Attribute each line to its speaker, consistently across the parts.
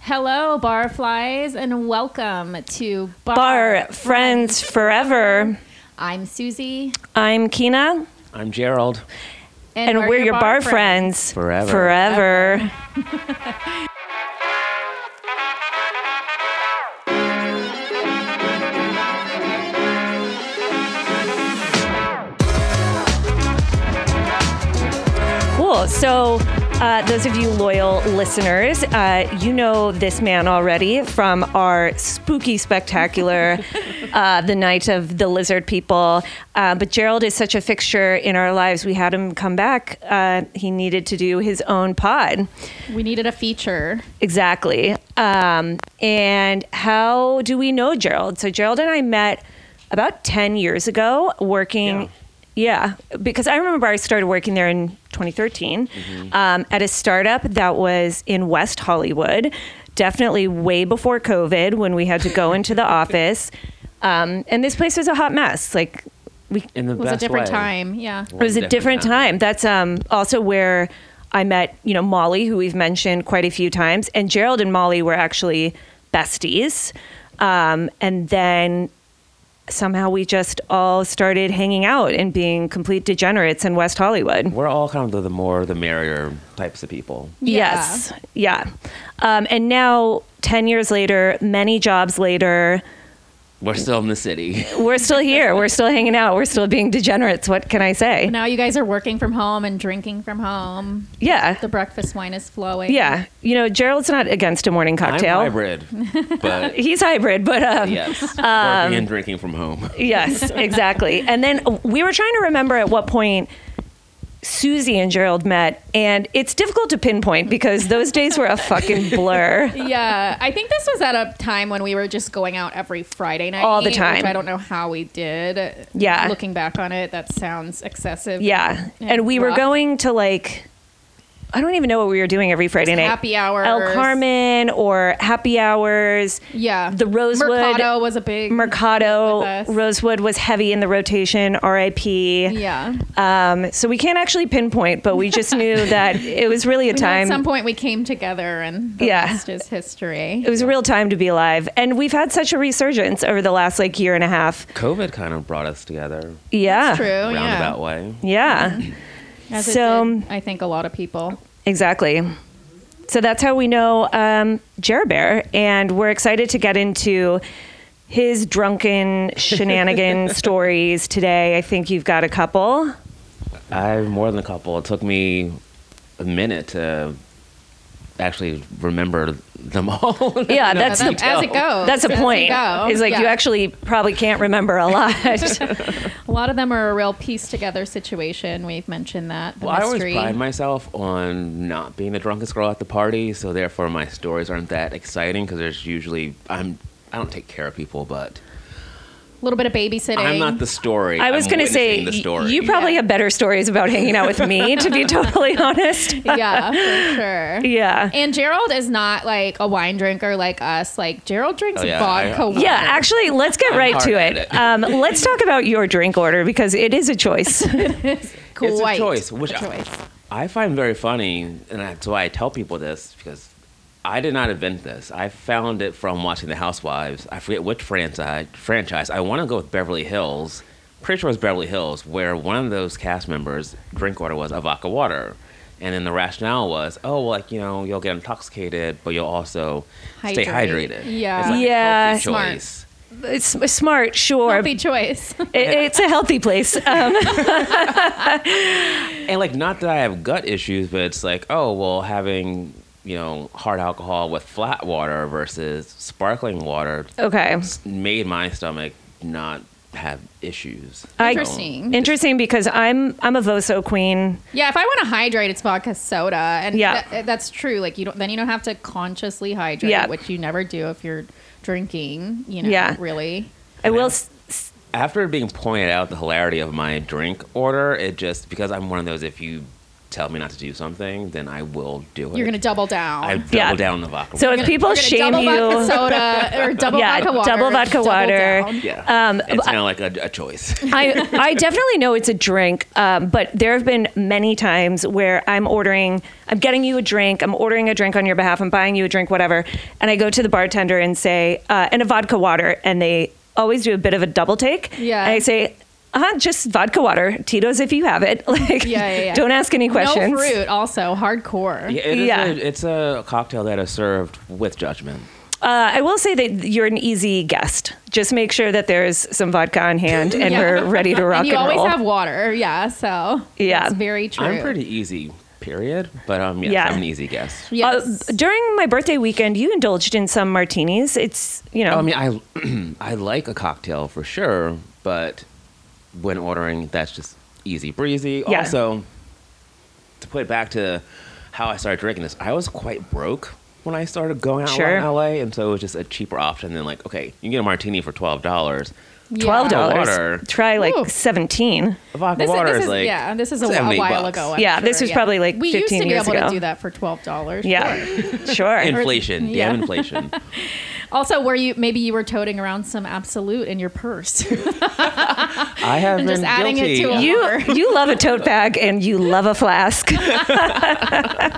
Speaker 1: Hello, barflies, and welcome to Bar.
Speaker 2: Bar Friends Forever.
Speaker 1: I'm Susie,
Speaker 2: I'm Kina,
Speaker 3: I'm Gerald.
Speaker 2: and we're, your bar, friends.
Speaker 3: Forever.
Speaker 2: Forever. Cool. So, uh, those of you loyal listeners, uh, you know this man already from our spooky spectacular, uh, the night of the lizard people. Uh, but Gerald is such a fixture in our lives. We had him come back. Uh, he needed to do his own pod.
Speaker 1: We needed a feature.
Speaker 2: Exactly. Um, and how do we know Gerald? So Gerald and I met about 10 years ago working. Yeah. because I remember I started working there in 2013 um, at a startup that was in West Hollywood, definitely way before COVID when we had to go into the office. Um, and this place was a hot mess. Like, we
Speaker 3: In the
Speaker 1: It was a
Speaker 3: best
Speaker 1: different
Speaker 3: way.
Speaker 1: time. Yeah.
Speaker 2: it was a different time. That's um, also where I met, you know, Molly, who we've mentioned quite a few times, and Gerald and Molly were actually besties. Um, and then somehow we just all started hanging out and being complete degenerates in West Hollywood.
Speaker 3: We're all kind of the more the merrier types of people.
Speaker 2: Yes. Yeah. Um, and now, 10 years later, many jobs later,
Speaker 3: We're still in the city.
Speaker 2: we're still here. we're still hanging out. We're still being degenerates. What can I say?
Speaker 1: Now you guys are working from home and drinking from home.
Speaker 2: Yeah.
Speaker 1: The breakfast wine is flowing.
Speaker 2: Yeah. You know, Gerald's not against a morning cocktail.
Speaker 3: I'm hybrid, but
Speaker 2: He's hybrid, but um,
Speaker 3: yes, working and drinking from home.
Speaker 2: yes, exactly. And then we were trying to remember at what point Susie and Gerald met, and it's difficult to pinpoint because those days were a fucking blur.
Speaker 1: Yeah, I think this was at a time when we were just going out every Friday night.
Speaker 2: All the time.
Speaker 1: Which I don't know how we did.
Speaker 2: Yeah.
Speaker 1: Looking back on it, that sounds excessive.
Speaker 2: Yeah, and we were
Speaker 1: Rough.
Speaker 2: going to like. I don't even know what we were doing every Friday night.
Speaker 1: happy hours.
Speaker 2: El Carmen or happy hours.
Speaker 1: Yeah.
Speaker 2: The Rosewood-
Speaker 1: Mercado was a big with
Speaker 2: Mercado
Speaker 1: us.
Speaker 2: Rosewood was heavy in the rotation. RIP.
Speaker 1: Yeah.
Speaker 2: Um, so we can't actually pinpoint, but we just knew that it was really a
Speaker 1: You know,
Speaker 2: time.
Speaker 1: At some point, we came together, and the
Speaker 2: Yeah.
Speaker 1: rest is history.
Speaker 2: It was a real time to be alive. And we've had such a resurgence over the last like year and a half.
Speaker 3: COVID kind of brought us together,
Speaker 2: Yeah.
Speaker 1: That's true. Mm-hmm.
Speaker 3: roundabout
Speaker 1: Oh, Yeah.
Speaker 3: way.
Speaker 2: Yeah.
Speaker 1: As it
Speaker 2: So- um,
Speaker 1: did, I think a lot of people.
Speaker 2: Exactly. So that's how we know um, Jer Bear. And we're excited to get into his drunken shenanigan stories today. I think you've got a couple.
Speaker 3: I have more than a couple. It took me a minute to actually remember them all.
Speaker 2: Yeah,
Speaker 3: No
Speaker 2: that's the-
Speaker 3: detail.
Speaker 1: Oh, As it goes.
Speaker 2: That's a
Speaker 1: as it
Speaker 2: point.
Speaker 1: go.
Speaker 2: It's like you
Speaker 1: Yeah.
Speaker 2: actually probably can't remember a lot.
Speaker 1: A lot of them are a real piece together situation. We've mentioned that. The
Speaker 3: Well, I always
Speaker 1: mystery.
Speaker 3: pride myself on not being the drunkest girl at the party, so therefore my stories aren't that exciting because there's usually I'm I don't take care of people, but
Speaker 1: a little bit of babysitting.
Speaker 3: I'm not the story.
Speaker 2: I was
Speaker 3: I'm
Speaker 2: going to say,
Speaker 3: witnessing the
Speaker 2: y-
Speaker 3: story.
Speaker 2: you probably
Speaker 1: Yeah.
Speaker 2: have better stories about hanging out with me, to be totally honest.
Speaker 1: yeah, for sure.
Speaker 2: Yeah.
Speaker 1: And Gerald is not like a wine drinker like us. Like Gerald drinks
Speaker 3: Oh, yeah,
Speaker 1: vodka.
Speaker 3: I-
Speaker 1: wine.
Speaker 2: Yeah, actually, let's get
Speaker 3: I'm
Speaker 2: right
Speaker 3: hard
Speaker 2: to
Speaker 3: at
Speaker 2: it.
Speaker 3: it.
Speaker 2: Um, let's talk about your drink order because it is a choice.
Speaker 3: it's
Speaker 1: quite
Speaker 3: a choice, which
Speaker 1: a choice.
Speaker 3: I, I find very funny, and that's why I tell people this because I did not invent this. I found it from watching The Housewives. I forget which franchise. Franchise. I want to go with Beverly Hills. Pretty sure it was Beverly Hills, where one of those cast members' drink order was Avaka water. And then the rationale was, oh, well, like, you know, you'll get intoxicated, but you'll also stay
Speaker 1: Hydrate.
Speaker 3: hydrated.
Speaker 1: Yeah.
Speaker 3: It's like
Speaker 2: Yeah.
Speaker 3: a healthy
Speaker 1: Smart.
Speaker 3: choice.
Speaker 2: it's s- smart, sure.
Speaker 1: Healthy choice.
Speaker 2: It- it's a healthy place. Um,
Speaker 3: And like, not that I have gut issues, but it's like, oh, well, having you know hard alcohol with flat water versus sparkling water
Speaker 2: okay.
Speaker 3: made my stomach not have issues.
Speaker 2: I-
Speaker 1: Interesting.
Speaker 2: Interesting because I'm I'm a Voso queen.
Speaker 1: Yeah, if I want to hydrate, it's vodka soda, and
Speaker 2: Yeah.
Speaker 1: tha- that's true. Like you don't, then you don't have to consciously hydrate,
Speaker 2: Yeah.
Speaker 1: which you never do if you're drinking. You know,
Speaker 2: Yeah.
Speaker 1: really.
Speaker 2: I will.
Speaker 3: Yeah.
Speaker 2: s- s-
Speaker 3: After being pointed out the hilarity of my drink order, it just because I'm one of those if you tell me not to do something, then I will do it.
Speaker 1: You're going to double down.
Speaker 3: I double
Speaker 2: Yeah.
Speaker 3: down on the vodka.
Speaker 2: So if
Speaker 1: You're gonna-
Speaker 2: people
Speaker 1: you're gonna
Speaker 2: shame
Speaker 1: double
Speaker 2: you,
Speaker 1: vodka soda or double
Speaker 2: Yeah,
Speaker 1: vodka water.
Speaker 2: double vodka
Speaker 1: double
Speaker 2: water.
Speaker 1: down.
Speaker 3: yeah,
Speaker 2: um,
Speaker 3: it's kind of like a, a choice.
Speaker 2: I, I definitely know it's a drink, um, but there have been many times where I'm ordering, I'm getting you a drink, I'm ordering a drink on your behalf, I'm buying you a drink, whatever, and I go to the bartender and say, uh, and a vodka water, and they always do a bit of a double take.
Speaker 1: Yeah.
Speaker 2: And I say, uh-huh, just vodka water, Tito's if you have it. Like,
Speaker 1: Yeah, yeah, yeah.
Speaker 2: don't ask any questions.
Speaker 1: No fruit, also hardcore.
Speaker 3: Yeah, it is
Speaker 2: Yeah.
Speaker 3: a- it's a cocktail that is served with judgment.
Speaker 2: Uh, I will say that you're an easy guest. Just make sure that there's some vodka on hand and
Speaker 1: Yeah.
Speaker 2: we're ready to rock
Speaker 1: and
Speaker 2: and,
Speaker 1: you always
Speaker 2: roll.
Speaker 1: have water. Yeah, so
Speaker 2: Yeah.
Speaker 1: it's very true.
Speaker 3: I'm pretty easy, period. But um, yes,
Speaker 2: Yeah.
Speaker 3: I'm an easy guest.
Speaker 1: Yes.
Speaker 2: Uh, during my birthday weekend, you indulged in some martinis. It's you know,
Speaker 3: Oh, I mean, I I like a cocktail for sure, but when ordering, that's just easy breezy.
Speaker 2: Yeah.
Speaker 3: Also, to put it back to how I started drinking this, I was quite broke when I started going out a lot
Speaker 2: Sure.
Speaker 3: in LA, and so it was just a cheaper option than like, okay, you can get a martini for twelve dollars.
Speaker 1: Yeah.
Speaker 2: twelve
Speaker 3: Water.
Speaker 2: dollars. Try like
Speaker 1: Ooh.
Speaker 2: seventeen.
Speaker 3: Vodka
Speaker 1: This, is-
Speaker 3: water
Speaker 1: this
Speaker 3: is,
Speaker 1: is
Speaker 3: like
Speaker 1: yeah. This is a, a
Speaker 3: 70
Speaker 1: while
Speaker 3: bucks.
Speaker 1: ago. I'm
Speaker 2: Yeah,
Speaker 1: sure,
Speaker 2: this was probably, like,
Speaker 1: we used to
Speaker 2: 15
Speaker 1: be
Speaker 2: years
Speaker 1: able
Speaker 2: ago.
Speaker 1: to do that for twelve dollars.
Speaker 2: Yeah, sure.
Speaker 3: inflation.
Speaker 1: yeah.
Speaker 3: Damn inflation.
Speaker 1: Also, were you maybe you were toting around some absolute in your purse?
Speaker 3: I have
Speaker 1: I'm
Speaker 3: been
Speaker 1: just adding it
Speaker 3: guilty.
Speaker 1: to a-
Speaker 2: you you love a tote bag and you love a flask.
Speaker 3: I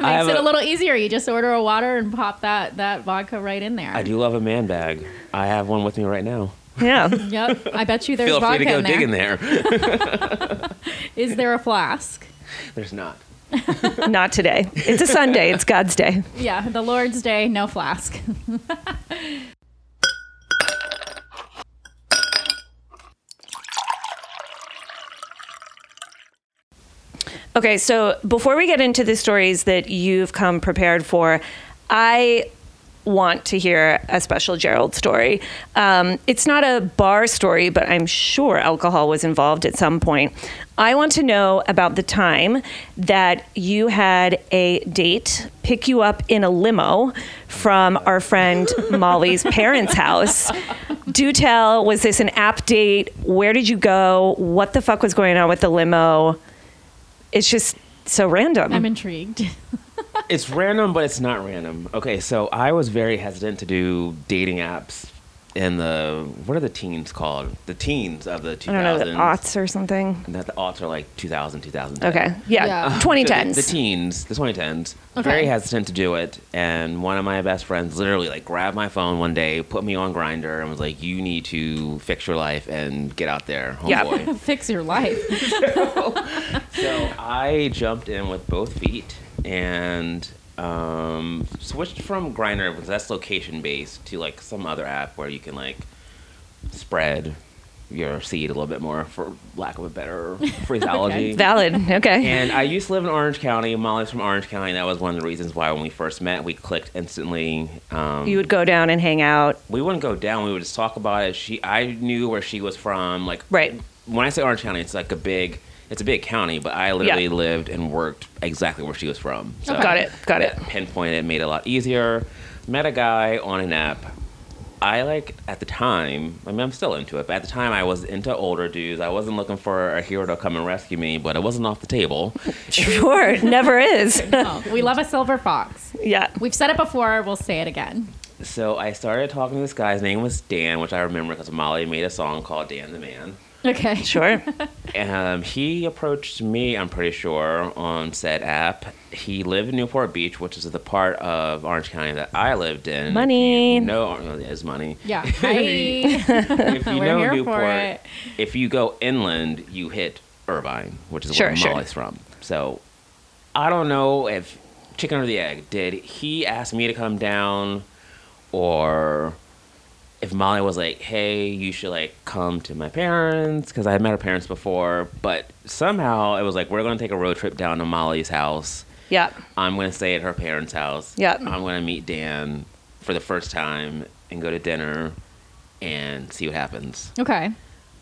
Speaker 3: have
Speaker 1: Makes it a little easier. You just order a water and pop that that vodka right in there.
Speaker 3: I do love a man bag. I have one with me right now.
Speaker 2: yeah,
Speaker 1: Yep. I bet you there's
Speaker 3: Feel
Speaker 1: vodka
Speaker 3: free to go
Speaker 1: in
Speaker 3: dig
Speaker 1: there.
Speaker 3: in there.
Speaker 1: Is there a flask?
Speaker 3: There's not.
Speaker 2: not today. It's a Sunday. It's God's day.
Speaker 1: Yeah, the Lord's Day, no flask.
Speaker 2: Okay, so before we get into the stories that you've come prepared for, I want to hear a special Gerald story. Um, it's not a bar story, but I'm sure alcohol was involved at some point. I want to know about the time that you had a date pick you up in a limo from our friend Molly's parents' house. Do tell, was this an app date? Where did you go? What the fuck was going on with the limo? it's just so random.
Speaker 1: I'm intrigued.
Speaker 3: It's random, but it's not random. Okay, so I was very hesitant to do dating apps in the what are the teens called? The teens of the 2000s.
Speaker 2: I don't know, the aughts or something.
Speaker 3: Not the aughts are like 2000, 2010.
Speaker 2: Okay. Yeah.
Speaker 1: Yeah. So the-
Speaker 2: 2010s.
Speaker 3: So the, the teens, the 2010s,
Speaker 1: Okay.
Speaker 3: very hesitant to do it. And one of my best friends literally like grabbed my phone one day, put me on Grinder, and was like, "You need to fix your life and get out there,
Speaker 2: Yeah.
Speaker 3: homeboy."
Speaker 1: Fix your life.
Speaker 3: So I jumped in with both feet and um, switched from Grinder, because that's location based, to like some other app where you can like spread your seed a little bit more, for lack of a better phraseology.
Speaker 2: Valid. Okay.
Speaker 3: and I used to live in Orange County. Molly's from Orange County. That was one of the reasons why when we first met, we clicked instantly. Um,
Speaker 2: you would go down and hang out.
Speaker 3: we wouldn't go down. We would just talk about it. She, I knew where she was from. Like
Speaker 2: Right.
Speaker 3: when I say Orange County, it's like a big, it's a big county. But I literally lived and worked exactly where she was from. So
Speaker 1: Okay. Got
Speaker 2: it, got it.
Speaker 3: that Pinpoint it made it a lot easier. Met a guy on an app. I like at the time. I mean, I'm still into it, but at the time, I was into older dudes. I wasn't looking for a hero to come and rescue me, but it wasn't off the table.
Speaker 2: Sure. it never is.
Speaker 1: Oh, we love a silver fox.
Speaker 2: yeah.
Speaker 1: We've said it before, we'll say it again.
Speaker 3: So I started talking to this guy. His name was Dan, which I remember because Molly made a song called "Dan the Man."
Speaker 1: Okay.
Speaker 2: Sure.
Speaker 3: Um, he approached me, I'm pretty sure, on said app. He lived in Newport Beach, which is the part of Orange County that I lived in.
Speaker 2: Money.
Speaker 3: No, is money.
Speaker 1: Yeah. Hi.
Speaker 3: If you
Speaker 1: We're
Speaker 3: know
Speaker 1: here for
Speaker 3: Newport,
Speaker 1: it.
Speaker 3: if you go inland, you hit Irvine, which is
Speaker 2: Sure,
Speaker 3: where
Speaker 2: sure.
Speaker 3: Molly's from. So I don't know if chicken or the egg. Did he ask me to come down, or if Molly was like, "Hey, you should like come to my parents," because I had met her parents before. But somehow it was like, "We're gonna take a road trip down to Molly's house."
Speaker 2: Yeah.
Speaker 3: I'm gonna stay at her parents' house.
Speaker 2: Yep.
Speaker 3: I'm gonna meet Dan for the first time and go to dinner and see what happens.
Speaker 1: Okay.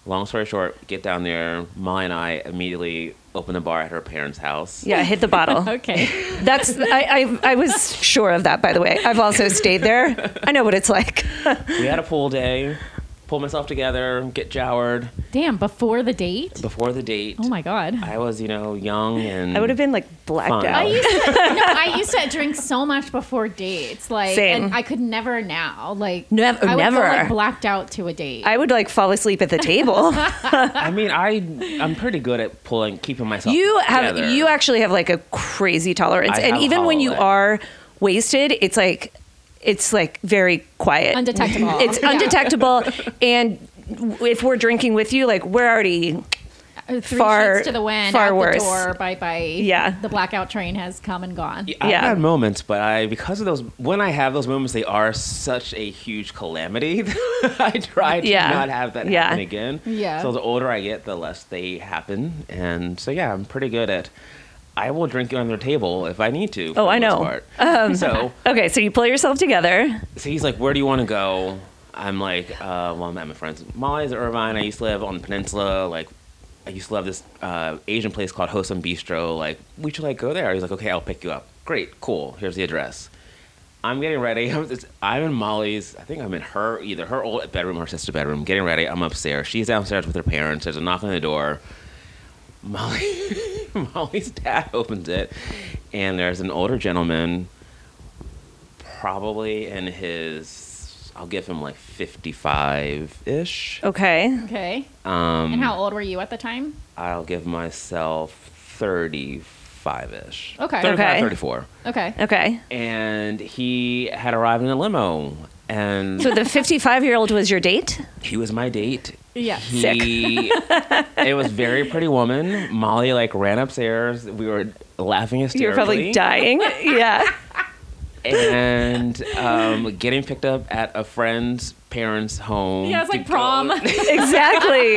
Speaker 3: Long story short, get down there. Molly and I immediately open the bar at her parents' house.
Speaker 2: Yeah. Hit the bottle.
Speaker 1: Okay.
Speaker 2: That's. I, I. I was sure of that. By the way, I've also stayed there. I know what it's like.
Speaker 3: We had a pool day. pull myself together, get showered
Speaker 1: Damn, before the date?
Speaker 3: before the date.
Speaker 1: Oh my god.
Speaker 3: I was, you know, young and
Speaker 2: I would have been like blacked
Speaker 3: Fine.
Speaker 1: I
Speaker 2: out.
Speaker 1: used to, no, I used to drink so much before dates. Like,
Speaker 2: Same.
Speaker 1: and I could never now. Like,
Speaker 2: Nev-
Speaker 1: I would
Speaker 2: never.
Speaker 1: Go, like, blacked out to a date.
Speaker 2: I would like fall asleep at the table.
Speaker 3: I mean, I I'm pretty good at pulling keeping myself
Speaker 2: you have
Speaker 3: together.
Speaker 2: you actually have like a crazy tolerance,
Speaker 3: I
Speaker 2: and
Speaker 3: have
Speaker 2: even when you
Speaker 3: holiday.
Speaker 2: are wasted, it's like it's like very quiet,
Speaker 1: Undetectable.
Speaker 2: it's
Speaker 1: Yeah.
Speaker 2: undetectable, and w- if we're drinking with you, like we're already
Speaker 1: Uh, Three
Speaker 2: far-
Speaker 1: sheets to the wind,
Speaker 2: far
Speaker 1: out
Speaker 2: worse.
Speaker 1: the door, bye bye.
Speaker 2: Yeah.
Speaker 1: the blackout train has come and gone.
Speaker 3: I've
Speaker 2: Yeah.
Speaker 3: had moments, but I because of those when I have those moments, they are such a huge calamity. I try to
Speaker 2: Yeah.
Speaker 3: not have that
Speaker 2: Yeah.
Speaker 3: happen again.
Speaker 1: Yeah.
Speaker 3: So the older I get, the less they happen, and so yeah, I'm pretty good at. I will drink you on their table if I need to. for
Speaker 2: Oh, I
Speaker 3: the most
Speaker 2: know.
Speaker 3: part. so
Speaker 2: okay. So you pull yourself together.
Speaker 3: so he's like, "Where do you want to go?" I'm like, uh, "Well, I'm at my friend's. Molly's Irvine. I used to live on the peninsula. Like, I used to love this uh, Asian place called Hosam Bistro. Like, we should like go there." He's like, "Okay, I'll pick you up. Great, cool. Here's the address." I'm getting ready. I'm, it's, I'm in Molly's. I think I'm in her either her old bedroom or her sister's bedroom. Getting ready. I'm upstairs. She's downstairs with her parents. There's a knock on the door. Molly, Molly's dad opens it, and there's an older gentleman, probably in his, I'll give him like 55 ish.
Speaker 2: Okay.
Speaker 1: Okay.
Speaker 3: Um,
Speaker 1: and how old were you at the time?
Speaker 3: I'll give myself 35 ish.
Speaker 1: Okay.
Speaker 3: 35,
Speaker 2: Okay.
Speaker 3: 34.
Speaker 1: Okay.
Speaker 2: Okay.
Speaker 3: And he had arrived in a limo, and
Speaker 2: So the 55 year old was your date?
Speaker 3: he was my date.
Speaker 1: Yeah.
Speaker 2: Sick.
Speaker 3: He, it was very pretty woman. Molly like ran upstairs. We were laughing hysterically.
Speaker 2: You're probably dying. yeah.
Speaker 3: and um, getting picked up at a friend's parents' home.
Speaker 1: Yeah, it's
Speaker 3: to
Speaker 1: like
Speaker 3: go-
Speaker 1: prom.
Speaker 2: Exactly.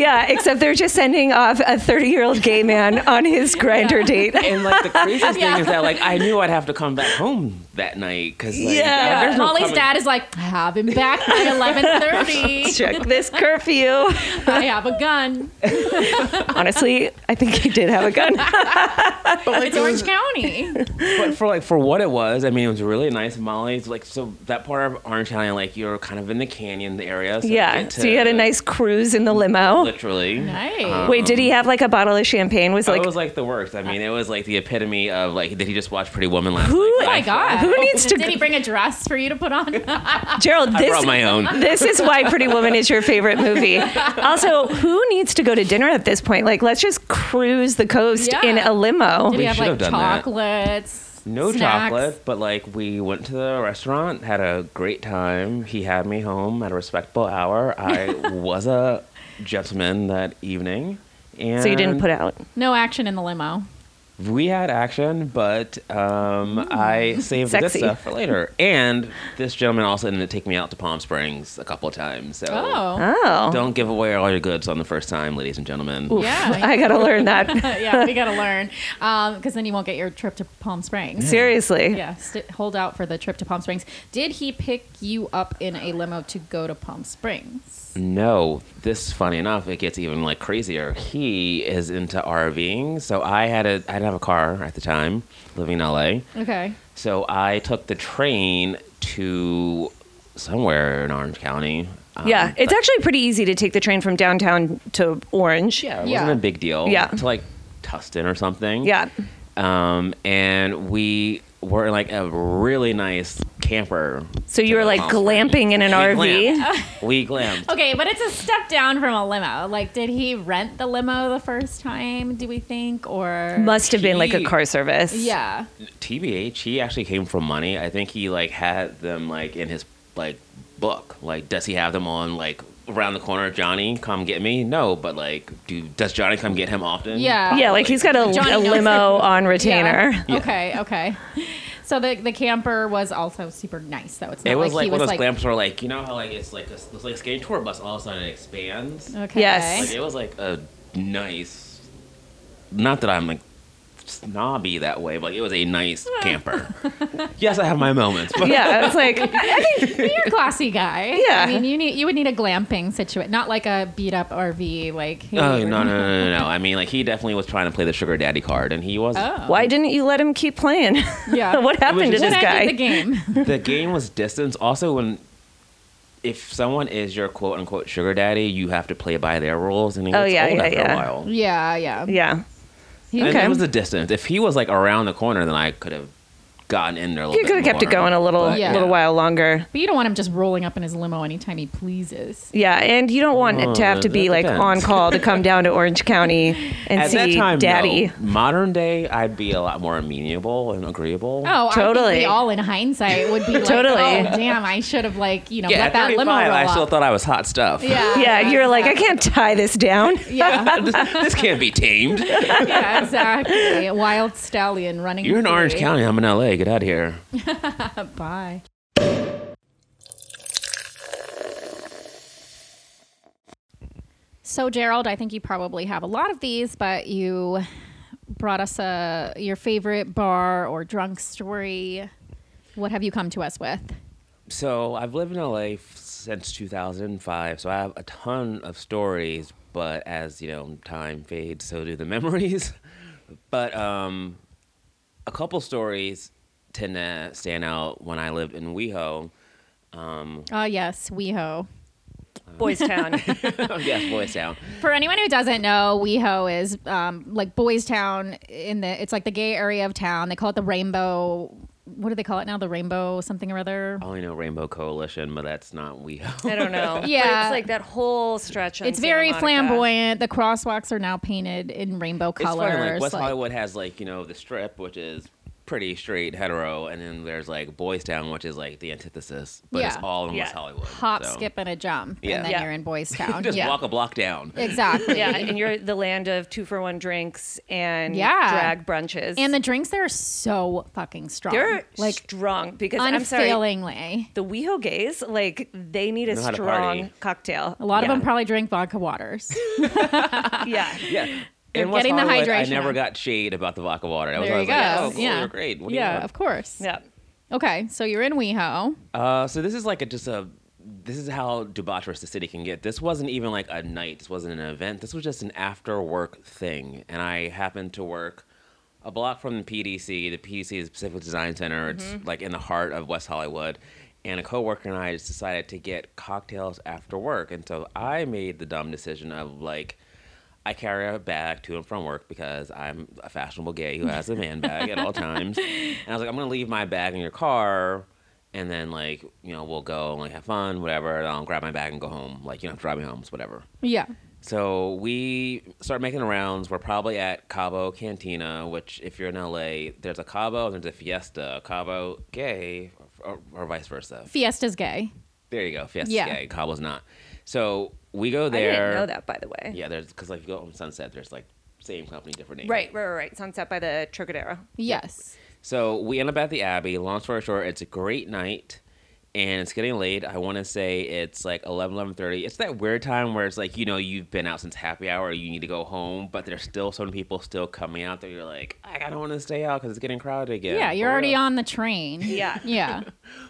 Speaker 2: Yeah. Except they're just sending off a 30 year old gay man on his grinder date.
Speaker 3: And like the craziest
Speaker 1: Yeah.
Speaker 3: thing is that like I knew I'd have to come back home that night because like,
Speaker 2: Yeah.
Speaker 3: I- there's no
Speaker 1: Uh, Molly's
Speaker 3: coming-
Speaker 1: dad is like, have him back by eleven thirty.
Speaker 2: Check this curfew.
Speaker 1: I have a gun.
Speaker 2: Honestly, I think he did have a gun.
Speaker 1: It's Orange County.
Speaker 3: But for like for what it was, I mean, it was really nice. Molly's like so that part of Orange County, like you're kind of in the canyon area. So you
Speaker 2: Yeah.
Speaker 3: get
Speaker 2: So you had a
Speaker 3: to-
Speaker 2: nice cruise in the limo.
Speaker 3: literally. um,
Speaker 1: Nice.
Speaker 2: Wait, did he have like a bottle of champagne? Was like,
Speaker 3: it was like the worst. I mean, it was like the epitome of like did he just watch Pretty Woman last night?
Speaker 1: Oh my god.
Speaker 2: Who needs to-
Speaker 1: Did he bring a dress for you to put on?
Speaker 2: Gerald,
Speaker 3: I
Speaker 2: this
Speaker 3: brought my own.
Speaker 2: this is why Pretty Woman is your favorite movie. Also, who needs to go to dinner at this point? Like, let's just cruise the coast
Speaker 1: Yeah.
Speaker 2: in a limo.
Speaker 1: Did he have
Speaker 3: should
Speaker 1: like
Speaker 3: have done that.
Speaker 1: chocolates?
Speaker 3: No
Speaker 1: snacks?
Speaker 3: chocolate, but like we went to the restaurant, had a great time. He had me home at a respectable hour. I was a gentleman that evening. And
Speaker 2: So you didn't put out.
Speaker 1: No action in the limo.
Speaker 3: We had action, but um, I saved this
Speaker 2: Sexy.
Speaker 3: stuff for later. And this gentleman also ended up taking me out to Palm Springs a couple of times. So
Speaker 1: Oh.
Speaker 2: Oh,
Speaker 3: don't give away all your goods on the first time, ladies and gentlemen.
Speaker 1: Yeah.
Speaker 2: I gotta learn that
Speaker 1: yeah, we gotta learn, because then you won't get your trip to Palm Springs.
Speaker 2: seriously.
Speaker 1: Yeah, st- hold out for the trip to Palm Springs. Did he pick you up in a limo to go to Palm Springs?
Speaker 3: No, this funny enough, it gets even like crazier. He is into RVing, so I had a I didn't have a car at the time, living in LA.
Speaker 1: Okay.
Speaker 3: So I took the train to somewhere in Orange County. Um,
Speaker 2: Yeah, it's
Speaker 3: but-
Speaker 2: actually pretty easy to take the train from downtown to Orange.
Speaker 3: yeah, it
Speaker 1: Yeah.
Speaker 3: wasn't a big deal.
Speaker 2: Yeah.
Speaker 3: to like Tustin or something.
Speaker 2: Yeah.
Speaker 3: um, and we were in like a really nice camper.
Speaker 2: So you
Speaker 3: to
Speaker 2: were
Speaker 3: the
Speaker 2: like
Speaker 3: Palm Springs.
Speaker 2: glamping in an
Speaker 3: We
Speaker 2: RV?
Speaker 3: glamped. We glamped.
Speaker 1: Okay, but it's a step down from a limo. Like, did he rent the limo the first time? Do we think or
Speaker 2: Must have been like a
Speaker 3: He-
Speaker 2: car service.
Speaker 1: Yeah.
Speaker 3: TBH, he actually came from money. I think he like had them like in his like book. Like, does he have them on like around the corner? Johnny, come get me. No, but like, do does Johnny come get him often?
Speaker 1: Yeah.
Speaker 2: Yeah, like he's got a,
Speaker 1: Johnny
Speaker 2: a
Speaker 1: knows
Speaker 2: limo on retainer.
Speaker 1: Yeah. Okay. Okay. So the the camper was also super nice though. It's not
Speaker 3: It was
Speaker 1: like,
Speaker 3: like,
Speaker 1: he
Speaker 3: one
Speaker 1: was
Speaker 3: of those
Speaker 1: like
Speaker 3: glamps where like you know how like it's like a, it's like a skating tour bus all of a sudden it expands.
Speaker 1: Okay.
Speaker 2: Yes.
Speaker 3: Like it was like a nice. Not that I'm like snobby that way, but like, it was a nice
Speaker 1: Uh.
Speaker 3: camper. yes, I have my moments. But uh,
Speaker 2: Yeah, it's like
Speaker 1: You're a classy guy.
Speaker 2: Yeah.
Speaker 1: I mean, you need you would need a glamping situation, not like a beat up RV. Like. hey,
Speaker 3: Oh
Speaker 1: we're-
Speaker 3: no no no no no! I mean, like he definitely was trying to play the sugar daddy card, and he was.
Speaker 1: Oh.
Speaker 2: why didn't you let him keep playing?
Speaker 1: Yeah.
Speaker 2: what happened to
Speaker 3: just-
Speaker 2: this
Speaker 1: What
Speaker 2: guy?
Speaker 1: ended the game?
Speaker 3: The game was distance. Also, when if someone is your quote unquote sugar daddy, you have to play by their rules, and it
Speaker 2: Oh,
Speaker 3: gets
Speaker 2: yeah,
Speaker 3: old
Speaker 2: yeah,
Speaker 3: after
Speaker 2: yeah.
Speaker 3: a while.
Speaker 1: Yeah, yeah.
Speaker 2: Yeah.
Speaker 1: He-
Speaker 3: And
Speaker 2: Okay.
Speaker 3: it was the distance. If he was like around the corner, then I could have gotten in there. A little
Speaker 2: You could have kept it going a little
Speaker 1: Yeah.
Speaker 2: little while longer.
Speaker 1: But you don't want him just rolling up in his limo anytime he pleases.
Speaker 2: Yeah, and you don't want it to have to
Speaker 3: Oh, that
Speaker 2: be like
Speaker 3: depends.
Speaker 2: on call to come down to Orange County and
Speaker 3: At
Speaker 2: see
Speaker 3: that time,
Speaker 2: Daddy.
Speaker 3: no. modern day, I'd be a lot more amenable and agreeable.
Speaker 1: Oh, I
Speaker 2: Totally.
Speaker 1: think we all in hindsight would be like,
Speaker 2: Totally.
Speaker 1: oh, damn, I should have like, you know,
Speaker 3: yeah.
Speaker 1: let
Speaker 3: At
Speaker 1: that limo roll
Speaker 3: 35, I still
Speaker 1: up.
Speaker 3: thought I was hot stuff.
Speaker 1: yeah,
Speaker 2: Yeah, you're like I can't tie this down.
Speaker 1: Yeah,
Speaker 3: this, this can't be tamed.
Speaker 1: yeah, exactly. A wild stallion running.
Speaker 3: You're in
Speaker 1: free.
Speaker 3: Orange County. I'm in LA. Get out of here.
Speaker 1: Bye. So Gerald, I think you probably have a lot of these, but you brought us a your favorite bar or drunk story. What have you come to us with?
Speaker 3: So I've lived in LA f- since 2005, so I have a ton of stories. But as you know, time fades, so do the memories. but um, a couple stories tend to stand out when I lived in WeHo.
Speaker 1: Oh yes, WeHo.
Speaker 2: Boys Town.
Speaker 3: yes, voice down.
Speaker 1: For anyone who doesn't know, WeHo is um, like Boys Town in the. It's like the gay area of town. They call it the Rainbow. What do they call it now? The Rainbow something or other.
Speaker 3: I only know Rainbow Coalition, but that's not WeHo.
Speaker 2: I don't know.
Speaker 1: Yeah.
Speaker 2: But it's like that whole stretch. On
Speaker 1: It's
Speaker 2: Santa
Speaker 1: very
Speaker 2: Monica.
Speaker 1: flamboyant. The crosswalks are now painted in rainbow
Speaker 3: It's
Speaker 1: colors.
Speaker 3: funny, like West
Speaker 1: like-
Speaker 3: Hollywood has like you know the Strip, which is pretty straight hetero, and then there's like Boys Town, which is like the antithesis, but it's
Speaker 1: Yeah.
Speaker 3: all in West
Speaker 2: Yeah.
Speaker 3: Hollywood.
Speaker 1: hop,
Speaker 3: so.
Speaker 1: skip, and a jump,
Speaker 3: Yeah.
Speaker 1: and then
Speaker 2: Yeah.
Speaker 1: you're in Boys Town.
Speaker 3: Just
Speaker 1: yeah.
Speaker 3: walk a block down.
Speaker 1: exactly.
Speaker 2: Yeah, and you're the land of two for one drinks and
Speaker 1: Yeah.
Speaker 2: drag brunches.
Speaker 1: And the drinks there are so fucking strong.
Speaker 2: they're
Speaker 1: like
Speaker 2: strong because I'm sorry,
Speaker 1: unfailingly.
Speaker 2: the WeHo gays like they need a
Speaker 3: Know how to
Speaker 2: strong
Speaker 3: party.
Speaker 2: cocktail.
Speaker 1: A lot of
Speaker 3: Yeah.
Speaker 1: them probably drink vodka waters.
Speaker 2: Yeah,
Speaker 3: Yeah.
Speaker 1: You're
Speaker 3: In West
Speaker 1: getting the
Speaker 3: Hollywood, I
Speaker 1: hydration
Speaker 3: never
Speaker 1: up.
Speaker 3: got shade about the vodka water. I was
Speaker 1: There you
Speaker 3: always
Speaker 1: go.
Speaker 3: like, oh, cool,
Speaker 1: yeah.
Speaker 3: you're great. What do you
Speaker 1: yeah,
Speaker 3: want?
Speaker 1: of course.
Speaker 2: yeah.
Speaker 1: Okay, so you're in WeHo.
Speaker 3: Uh, so this is like a, just a, this is how debaucherous the city can get. This wasn't even like a night. This wasn't an event. This was just an after work thing. And I happened to work a block from the PDC. The PDC is Pacific Design Center. It's
Speaker 1: Mm-hmm.
Speaker 3: like in the heart of West Hollywood. And a coworker and I just decided to get cocktails after work. And so I made the dumb decision of like, I carry a bag to and from work because I'm a fashionable gay who has a man bag at all times. And I was like, I'm gonna leave my bag in your car, and then like you know we'll go and like have fun, whatever. And I'll grab my bag and go home. Like you don't have to drive me home, it's whatever.
Speaker 1: Yeah.
Speaker 3: So we start making the rounds. We're probably at Cabo Cantina, which if you're in LA, there's a Cabo and there's a Fiesta. Cabo gay or, or vice versa.
Speaker 1: Fiesta's gay.
Speaker 3: There you go. Fiesta's
Speaker 1: Yeah.
Speaker 3: gay. Cabo's not. So we go
Speaker 2: I
Speaker 3: there.
Speaker 2: didn't know that, by the way.
Speaker 3: Yeah, there's because like if you go on Sunset, there's like same company, different name.
Speaker 2: Right, right, right, right. Sunset by the Trocadero.
Speaker 1: Yes.
Speaker 3: So we end up at the Abbey. Long story short, it's a great night, and it's getting late. I want to say it's like 11, 11.30. It's that weird time where it's like you know you've been out since happy hour, you need to go home, but there's still some people still coming out there. You're like, I don't want to stay out because it's getting crowded again. Oh,
Speaker 1: Yeah, you're
Speaker 3: But
Speaker 1: already
Speaker 3: we're-
Speaker 1: on the train.
Speaker 2: Yeah.
Speaker 1: Yeah.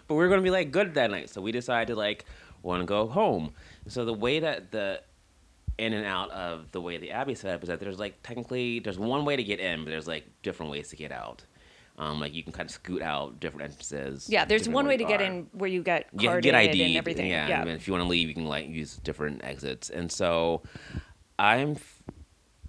Speaker 3: but we were gonna be like good that night, so we decided to like want to go home. So the way that the in and out of the way the Abbey set up is that there's like technically there's one way to get in, but there's like different ways to get out. Um, like you can kind of scoot out different entrances.
Speaker 2: Yeah, there's
Speaker 3: different
Speaker 2: one way to
Speaker 3: you
Speaker 2: get
Speaker 3: are.
Speaker 2: in where you get
Speaker 3: You have to
Speaker 2: carded
Speaker 3: get ID
Speaker 2: and everything.
Speaker 3: Yeah,
Speaker 2: yeah.
Speaker 3: and if you want to leave, you can like use different exits. And so, I'm. f-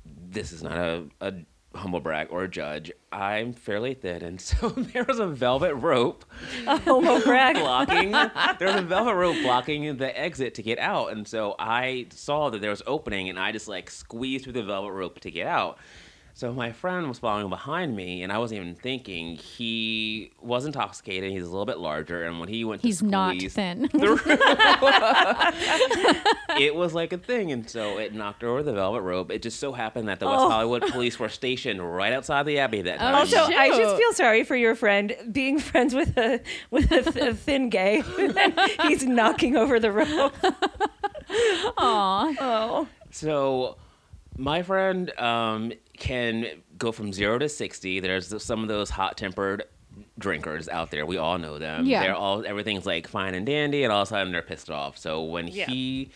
Speaker 3: This is not a, a humble brag or a judge. I'm fairly thin, and so there was a velvet rope
Speaker 2: Homo brag.
Speaker 3: blocking. there was a velvet rope blocking the exit to get out, and so I saw that there was opening, and I just like squeezed through the velvet rope to get out. So my friend was following behind me, and I wasn't even thinking. He was intoxicated. He's a little bit larger, and when he went, to
Speaker 1: He's not
Speaker 3: squeeze
Speaker 1: thin.
Speaker 3: through- it was like a thing, and so it knocked over the velvet rope. It just so happened that the West
Speaker 2: Oh.
Speaker 3: Hollywood police were stationed right outside the Abbey that
Speaker 1: Oh,
Speaker 3: time.
Speaker 2: Also, I just
Speaker 1: Shoot.
Speaker 2: feel sorry for your friend being friends with a with a, th- a thin gay. He's knocking over the rope.
Speaker 1: Aw.
Speaker 2: Oh,
Speaker 3: So, my friend um, can go from zero to sixty. There's some of those hot tempered drinkers out there. We all know them.
Speaker 1: Yeah.
Speaker 3: They're all everything's like fine and dandy, and all of a sudden they're pissed off. So when
Speaker 2: Yeah.
Speaker 3: he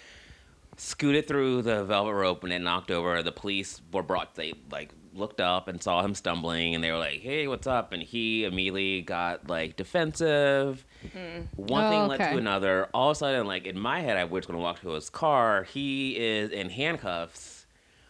Speaker 3: scooted through the velvet rope and it knocked over, the police were brought. They like looked up and saw him stumbling, and they were like, "Hey, what's up?" And he immediately got like defensive. One
Speaker 1: Oh,
Speaker 3: thing
Speaker 1: okay.
Speaker 3: led to another. All of a sudden, like in my head, I was going to walk to his car. He is in handcuffs.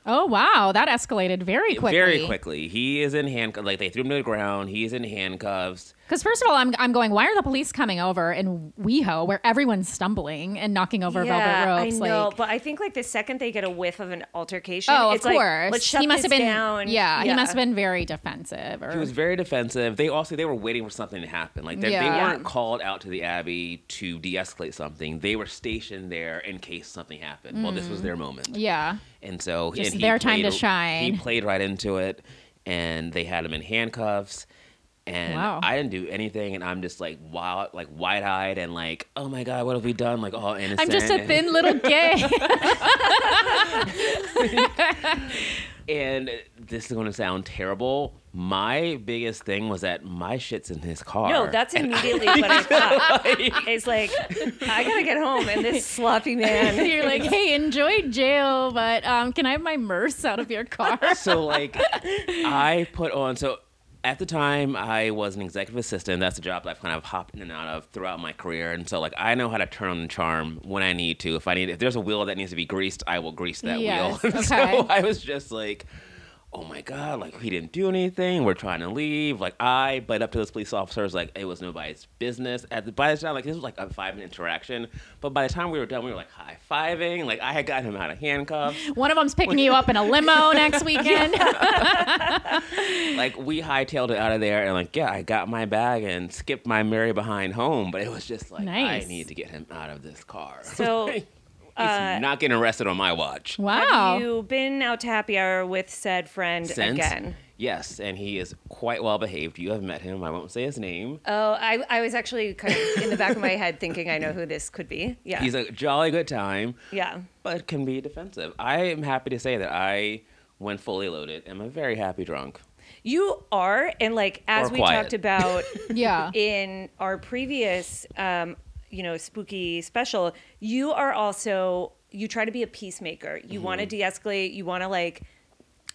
Speaker 1: Oh wow, that escalated very quickly.
Speaker 3: Very quickly. He is in handcuffs. Like they threw him to the ground. He's in handcuffs.
Speaker 1: Because first of all, I'm I'm going. Why are the police coming over in WeHo where everyone's stumbling and knocking over velvet ropes?
Speaker 2: I know,
Speaker 1: Like,
Speaker 2: but I think like the second they get a whiff of an altercation,
Speaker 1: oh,
Speaker 2: it's
Speaker 1: of
Speaker 2: like,
Speaker 1: course.
Speaker 2: let's shut
Speaker 1: he must
Speaker 2: this
Speaker 1: have been.
Speaker 2: down.
Speaker 1: Yeah, he must have been very defensive. Or
Speaker 3: He was very defensive. They also they were waiting for something to happen. Like they they
Speaker 1: Yeah.
Speaker 3: weren't called out to the Abbey to de-escalate something. They were stationed there in case something happened. Well, this was their moment.
Speaker 1: yeah.
Speaker 3: And so
Speaker 1: Mm. Just
Speaker 3: and
Speaker 1: their time to
Speaker 3: He
Speaker 1: shine.
Speaker 3: played right into it, and they had him in handcuffs. And
Speaker 1: Wow.
Speaker 3: I didn't do anything, and I'm just like wild, like wide eyed, and like, oh my god, what have we done? Like all innocent.
Speaker 1: I'm just a
Speaker 3: and-
Speaker 1: thin little gay.
Speaker 3: And this is going to sound terrible. My biggest thing was that my shit's in his car.
Speaker 2: No, that's
Speaker 3: And
Speaker 2: immediately what I thought. it's like I gotta get home, and this sloppy man.
Speaker 1: You're like, hey, enjoy jail, but um, can I have my merce out of your car?
Speaker 3: so like I put on so at the time I was an executive assistant. That's a job that I've kind of hopped in and out of throughout my career. And so like I know how to turn on the charm when I need to. If I need if there's a wheel that needs to be greased, I will grease that
Speaker 1: Yes,
Speaker 3: wheel. And
Speaker 1: okay.
Speaker 3: so I was just like Oh my God, like he didn't do anything. We're trying to leave. Like I but up to this police officer was like, it was nobody's business. At the by the time like this was like a five minute interaction. But by the time we were done, we were like high fiving. Like I had gotten him out of handcuffs.
Speaker 1: One of them's picking you up in a limo next weekend.
Speaker 3: like we hightailed it out of there and like yeah i got my bag and skipped my merry behind home but it was just like
Speaker 1: Nice.
Speaker 3: i need to get him out of this car
Speaker 2: So,
Speaker 3: he's not getting arrested on my watch
Speaker 1: Wow.
Speaker 2: Have you been out to happy hour with said friend
Speaker 3: Since-
Speaker 2: again?
Speaker 3: yes and he is quite well behaved you have met him i won't say his name
Speaker 2: Oh, I, I was actually kind of in the back of my head thinking I know who this could be. Yeah.
Speaker 3: he's a jolly good time
Speaker 2: yeah.
Speaker 3: but can be defensive i am happy to say that i when fully loaded am a very happy drunk
Speaker 2: You are, and like as
Speaker 3: Or
Speaker 2: we
Speaker 3: quiet.
Speaker 2: talked about
Speaker 1: yeah.
Speaker 2: in our previous, um, you know, spooky special, you are also you try to be a peacemaker. You want
Speaker 3: Mm-hmm.
Speaker 2: to de-escalate. You want to like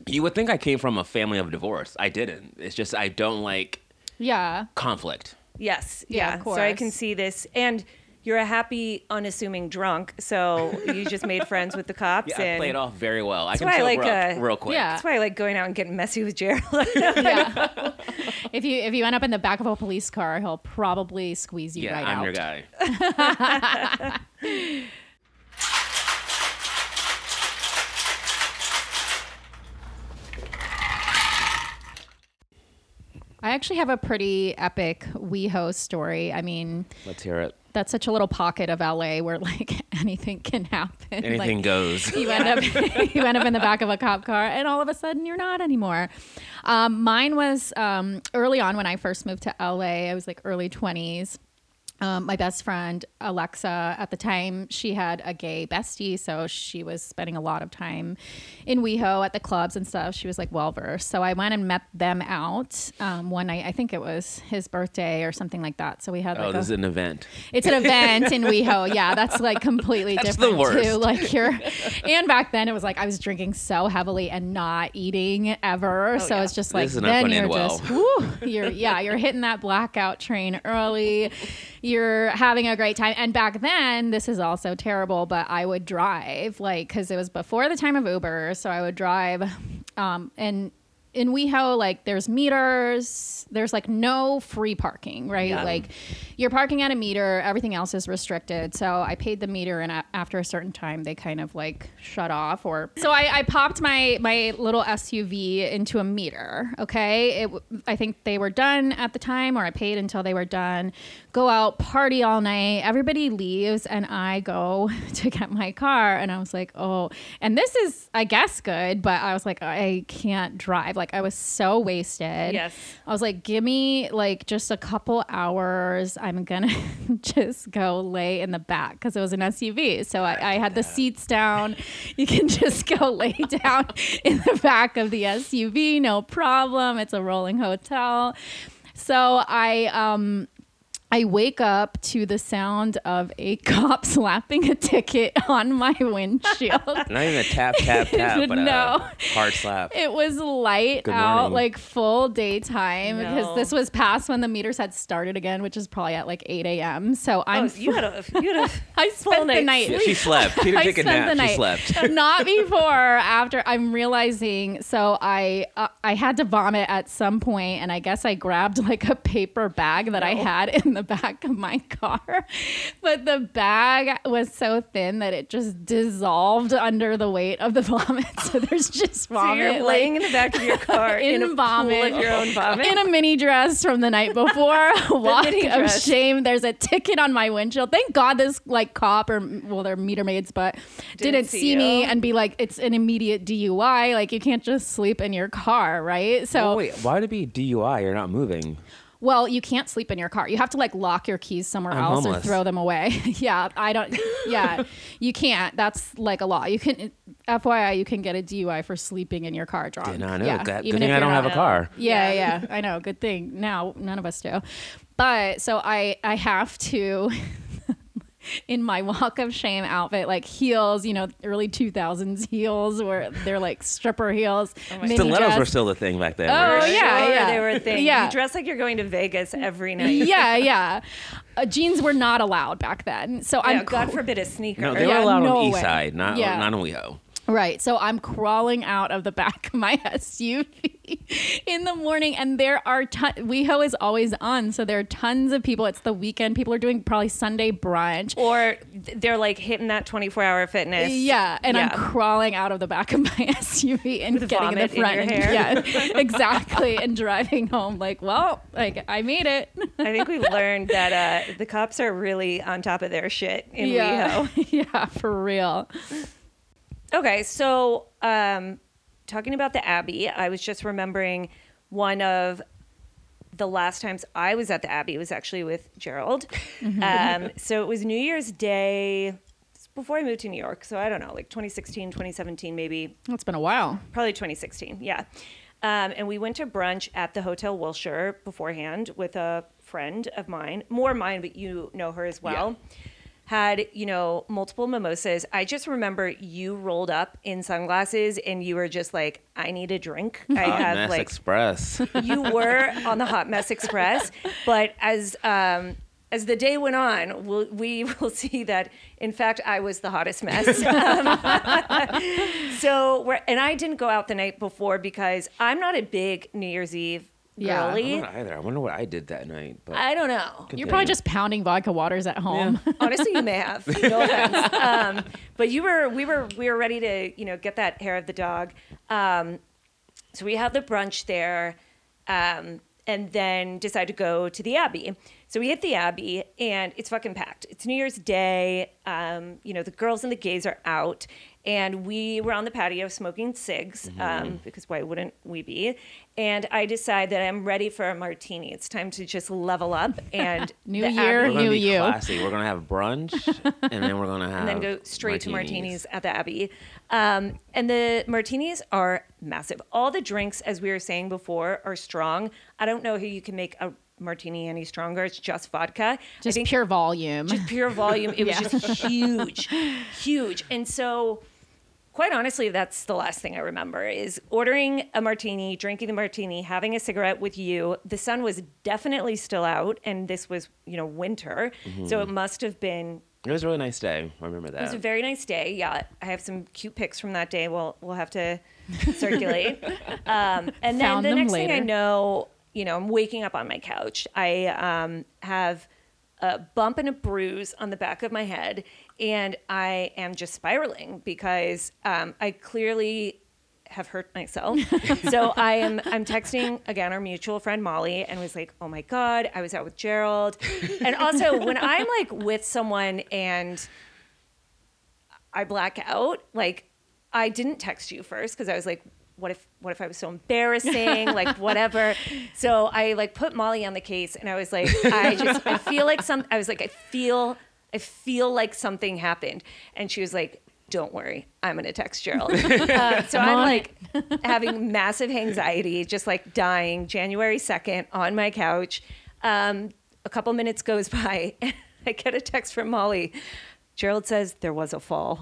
Speaker 3: you would think i came from a family of divorce i didn't it's just i don't like
Speaker 1: Yeah.
Speaker 3: conflict
Speaker 2: Yes.
Speaker 1: Yeah,
Speaker 2: Yeah.
Speaker 1: of
Speaker 2: So I
Speaker 1: course.
Speaker 2: can see this. And you're a happy, unassuming drunk. So you just made friends with the cops.
Speaker 3: yeah, i
Speaker 2: and
Speaker 3: play it off very well i can
Speaker 2: why I
Speaker 3: sober
Speaker 2: like,
Speaker 3: up
Speaker 2: uh,
Speaker 3: real quick
Speaker 1: Yeah.
Speaker 2: That's why I like going out and getting messy with Gerald.
Speaker 1: Yeah. if you if you end up in the back of a police car, he'll probably squeeze you
Speaker 3: Yeah,
Speaker 1: right
Speaker 3: I'm
Speaker 1: out.
Speaker 3: your guy.
Speaker 1: I actually have a pretty epic WeHo story. I mean,
Speaker 3: Let's hear it.
Speaker 1: that's such a little pocket of LA where like anything can happen.
Speaker 3: Anything
Speaker 1: like,
Speaker 3: goes.
Speaker 1: you end up you end up in the back of a cop car and all of a sudden you're not anymore um, mine was um, early on when i first moved to la i was like early 20s um, my best friend alexa at the time she had a gay bestie so she was spending a lot of time in weho at the clubs and stuff she was like well versed so i went and met them out um, one night i think it was his birthday or something like that so we had like
Speaker 3: Oh,
Speaker 1: a,
Speaker 3: this is an event.
Speaker 1: it's an event in WeHo. Yeah, that's like completely
Speaker 3: That's the
Speaker 1: different too.
Speaker 3: worst.
Speaker 1: Like you're, and back then it was like I was drinking so heavily and not eating ever. so
Speaker 2: yeah.
Speaker 1: it's just like
Speaker 3: This is not
Speaker 1: then
Speaker 3: gonna
Speaker 1: you're
Speaker 3: end well.
Speaker 1: just whew, you're yeah you're hitting that blackout train early. You're having a great time. And back then this is also terrible, but I would drive like because it was before the time of Uber, so I would drive, um, and. In WeHo, like there's meters, there's like no free parking, right?
Speaker 3: Yeah.
Speaker 1: Like you're parking at a meter everything else is restricted so i paid the meter and a- after a certain time they kind of like shut off or so i, I popped my my little suv into a meter okay it, w- i think they were done at the time or i paid until they were done go out party all night everybody leaves and i go to get my car and i was like oh and this is i guess good but i was like i can't drive like i was so wasted
Speaker 2: Yes.
Speaker 1: I was like, give me like just a couple hours. I'm gonna just go lay in the back because it was an SUV. So I, I had the seats down. You can just go lay down in the back of the SUV, no problem. It's a rolling hotel. So I um I wake up to the sound of a cop slapping a ticket on my windshield.
Speaker 3: Not even a tap, tap, tap, but
Speaker 1: No.
Speaker 3: a hard slap.
Speaker 1: It was light
Speaker 3: Good
Speaker 1: out,
Speaker 3: morning.
Speaker 1: like full daytime, because
Speaker 2: No.
Speaker 1: this was past when the meters had started again, which is probably at like 8 a.m. So I'm,
Speaker 2: Oh, you had a you had a
Speaker 1: I spent the
Speaker 2: night's
Speaker 1: night.
Speaker 3: Yeah, she slept. She didn't
Speaker 1: I
Speaker 3: take a
Speaker 1: spent
Speaker 3: nap.
Speaker 1: the night.
Speaker 3: She slept.
Speaker 1: Not before, after. I'm realizing. So I uh, I had to vomit at some point, and I guess I grabbed like a paper bag that I had in the back of my car, but the bag was so thin that it just dissolved under the weight of the vomit. So there's just
Speaker 2: so
Speaker 1: vomit.
Speaker 2: you're
Speaker 1: like,
Speaker 2: laying in the back of your car
Speaker 1: in
Speaker 2: in, a
Speaker 1: vomit.
Speaker 2: pool of your own vomit.
Speaker 1: in a mini dress from the night before, walk
Speaker 2: mini
Speaker 1: of
Speaker 2: dress.
Speaker 1: shame. There's a ticket on my windshield. Thank God this like cop or well, they're meter maids, but didn't,
Speaker 2: Didn't see
Speaker 1: see, me
Speaker 2: you.
Speaker 1: and be like, it's an immediate DUI. Like you can't just sleep in your car, right? So
Speaker 3: Oh, wait, why would it be DUI? You're not moving.
Speaker 1: well, you can't sleep in your car. You have to like lock your keys somewhere
Speaker 3: I'm
Speaker 1: else
Speaker 3: homeless.
Speaker 1: or throw them away. yeah, I don't. Yeah, you can't. That's like a law. You can, FYI, you can get a DUI for sleeping in your car drunk.
Speaker 3: Did not know.
Speaker 1: Um, Yeah,
Speaker 3: That- good
Speaker 1: even
Speaker 3: thing
Speaker 1: if
Speaker 3: I
Speaker 1: you're
Speaker 3: don't
Speaker 1: not-
Speaker 3: have a car.
Speaker 1: yeah, yeah, I know. Good thing. Now none of us do. But so I I have to in my walk of shame outfit, like heels, you know, early two thousands heels where they're like stripper heels.
Speaker 2: Oh
Speaker 1: mini
Speaker 3: Stilettos
Speaker 1: dress.
Speaker 3: were still the thing back then.
Speaker 1: Oh,
Speaker 3: right?
Speaker 1: yeah, yeah.
Speaker 2: They were a thing.
Speaker 1: Yeah.
Speaker 2: You dress like you're going to Vegas every night.
Speaker 1: yeah, yeah. Uh, jeans were not allowed back then. So
Speaker 2: Yeah,
Speaker 1: I'm
Speaker 2: God forbid a sneaker.
Speaker 3: No, they
Speaker 1: Yeah,
Speaker 3: were allowed
Speaker 1: no
Speaker 3: on the east
Speaker 1: way.
Speaker 3: side, not
Speaker 1: Yeah.
Speaker 3: not on WeHo.
Speaker 1: Right. So I'm crawling out of the back of my SUV in the morning, and there are ton- WeHo is always on, so there are tons of people. It's the weekend; people are doing probably Sunday brunch.
Speaker 2: or th- they're like hitting that 24 hour fitness.
Speaker 1: Yeah, and
Speaker 2: Yeah.
Speaker 1: I'm crawling out of the back of my SUV and
Speaker 2: With
Speaker 1: getting in the
Speaker 2: vomit in your
Speaker 1: front. and-
Speaker 2: hair.
Speaker 1: Yeah, exactly. and driving home, like, well, like I made it.
Speaker 2: I think we learned that uh, the cops are really on top of their shit in
Speaker 1: yeah,
Speaker 2: WeHo.
Speaker 1: yeah, for real.
Speaker 2: Okay, so um, talking about the Abbey, I was just remembering one of the last times I was at the Abbey was actually with Gerald. um, so it was New Year's Day it's before I moved to New York. So I don't know, like 2016, 2017, maybe
Speaker 1: It's been a while.
Speaker 2: probably 2016 yeah um, and we went to brunch at the hotel wilshire beforehand with a friend of mine more mine but you know her as well had you know multiple mimosas i just remember you rolled up in sunglasses and you were just like i need a drink i
Speaker 3: Hot
Speaker 2: have
Speaker 3: Mess
Speaker 2: like
Speaker 3: Express.
Speaker 2: you were on the hot mess express but as um as the day went on, we'll, we will see that, in fact, I was the hottest mess. so, we're, and I didn't go out the night before because I'm not a big New Year's Eve
Speaker 1: Yeah.
Speaker 2: girly.
Speaker 3: I'm not either. I wonder what I did that night. But
Speaker 2: I don't know.
Speaker 1: You're probably
Speaker 3: Yeah.
Speaker 1: just pounding vodka waters at home.
Speaker 2: Honestly, you may have. No offense. Um, but you were, we were, we were ready to, you know, get that hair of the dog. Um, so we had the brunch there, um, and then decided to go to the Abbey. So we hit the Abbey, and it's fucking packed. It's New Year's Day. Um, you know, the girls and the gays are out, and we were on the patio smoking cigs um, because why wouldn't we be? And I decide that I'm ready for a martini. It's time to just level up and
Speaker 1: New
Speaker 2: the
Speaker 1: year,
Speaker 2: Abbey-
Speaker 3: we're gonna
Speaker 1: Knew
Speaker 3: be
Speaker 1: you.
Speaker 3: classy. We're gonna have brunch, and then we're gonna have
Speaker 2: and then go straight to martinis at the Abbey. Um, and the martinis are massive. All the drinks, as we were saying before, are strong. I don't know how you can make a martini any stronger. It's just vodka. I
Speaker 1: Just
Speaker 2: think
Speaker 1: pure volume.
Speaker 2: pure volume. It
Speaker 1: Yeah.
Speaker 2: was just huge, huge. And so, quite honestly, that's the last thing I remember is ordering a martini, drinking the martini, having a cigarette with you. The sun was definitely still out, and this was, you know, winter. So it must have been
Speaker 3: It was a really nice day. I remember
Speaker 2: it was a
Speaker 1: Um,
Speaker 3: that.
Speaker 2: very nice day. Yeah, I have some cute pics from that day. We'll we'll have to circulate. um, and then
Speaker 1: Found
Speaker 2: the
Speaker 1: them
Speaker 2: next thing I
Speaker 1: later.
Speaker 2: know, you know, I'm waking up on my couch. I um, have a bump and a bruise on the back of my head, and I am just spiraling because um, I clearly have hurt myself. so I am I'm texting again our mutual friend Molly and was like, "Oh my god, I was out with Gerald." And also when I'm like with someone and I black out. Like I didn't text you first because I was like, what if what if I was so embarrassing? like whatever. So I like put Molly on the case and I was like, I just I feel like some I was like, I feel I feel like something happened. And she was like, Don't worry, I'm gonna text Gerald. Uh, so I'm
Speaker 1: on
Speaker 2: like having massive anxiety, just like dying January 2nd on my couch. Um, a couple minutes goes by, and I get a text from Molly. Gerald says there was a fall.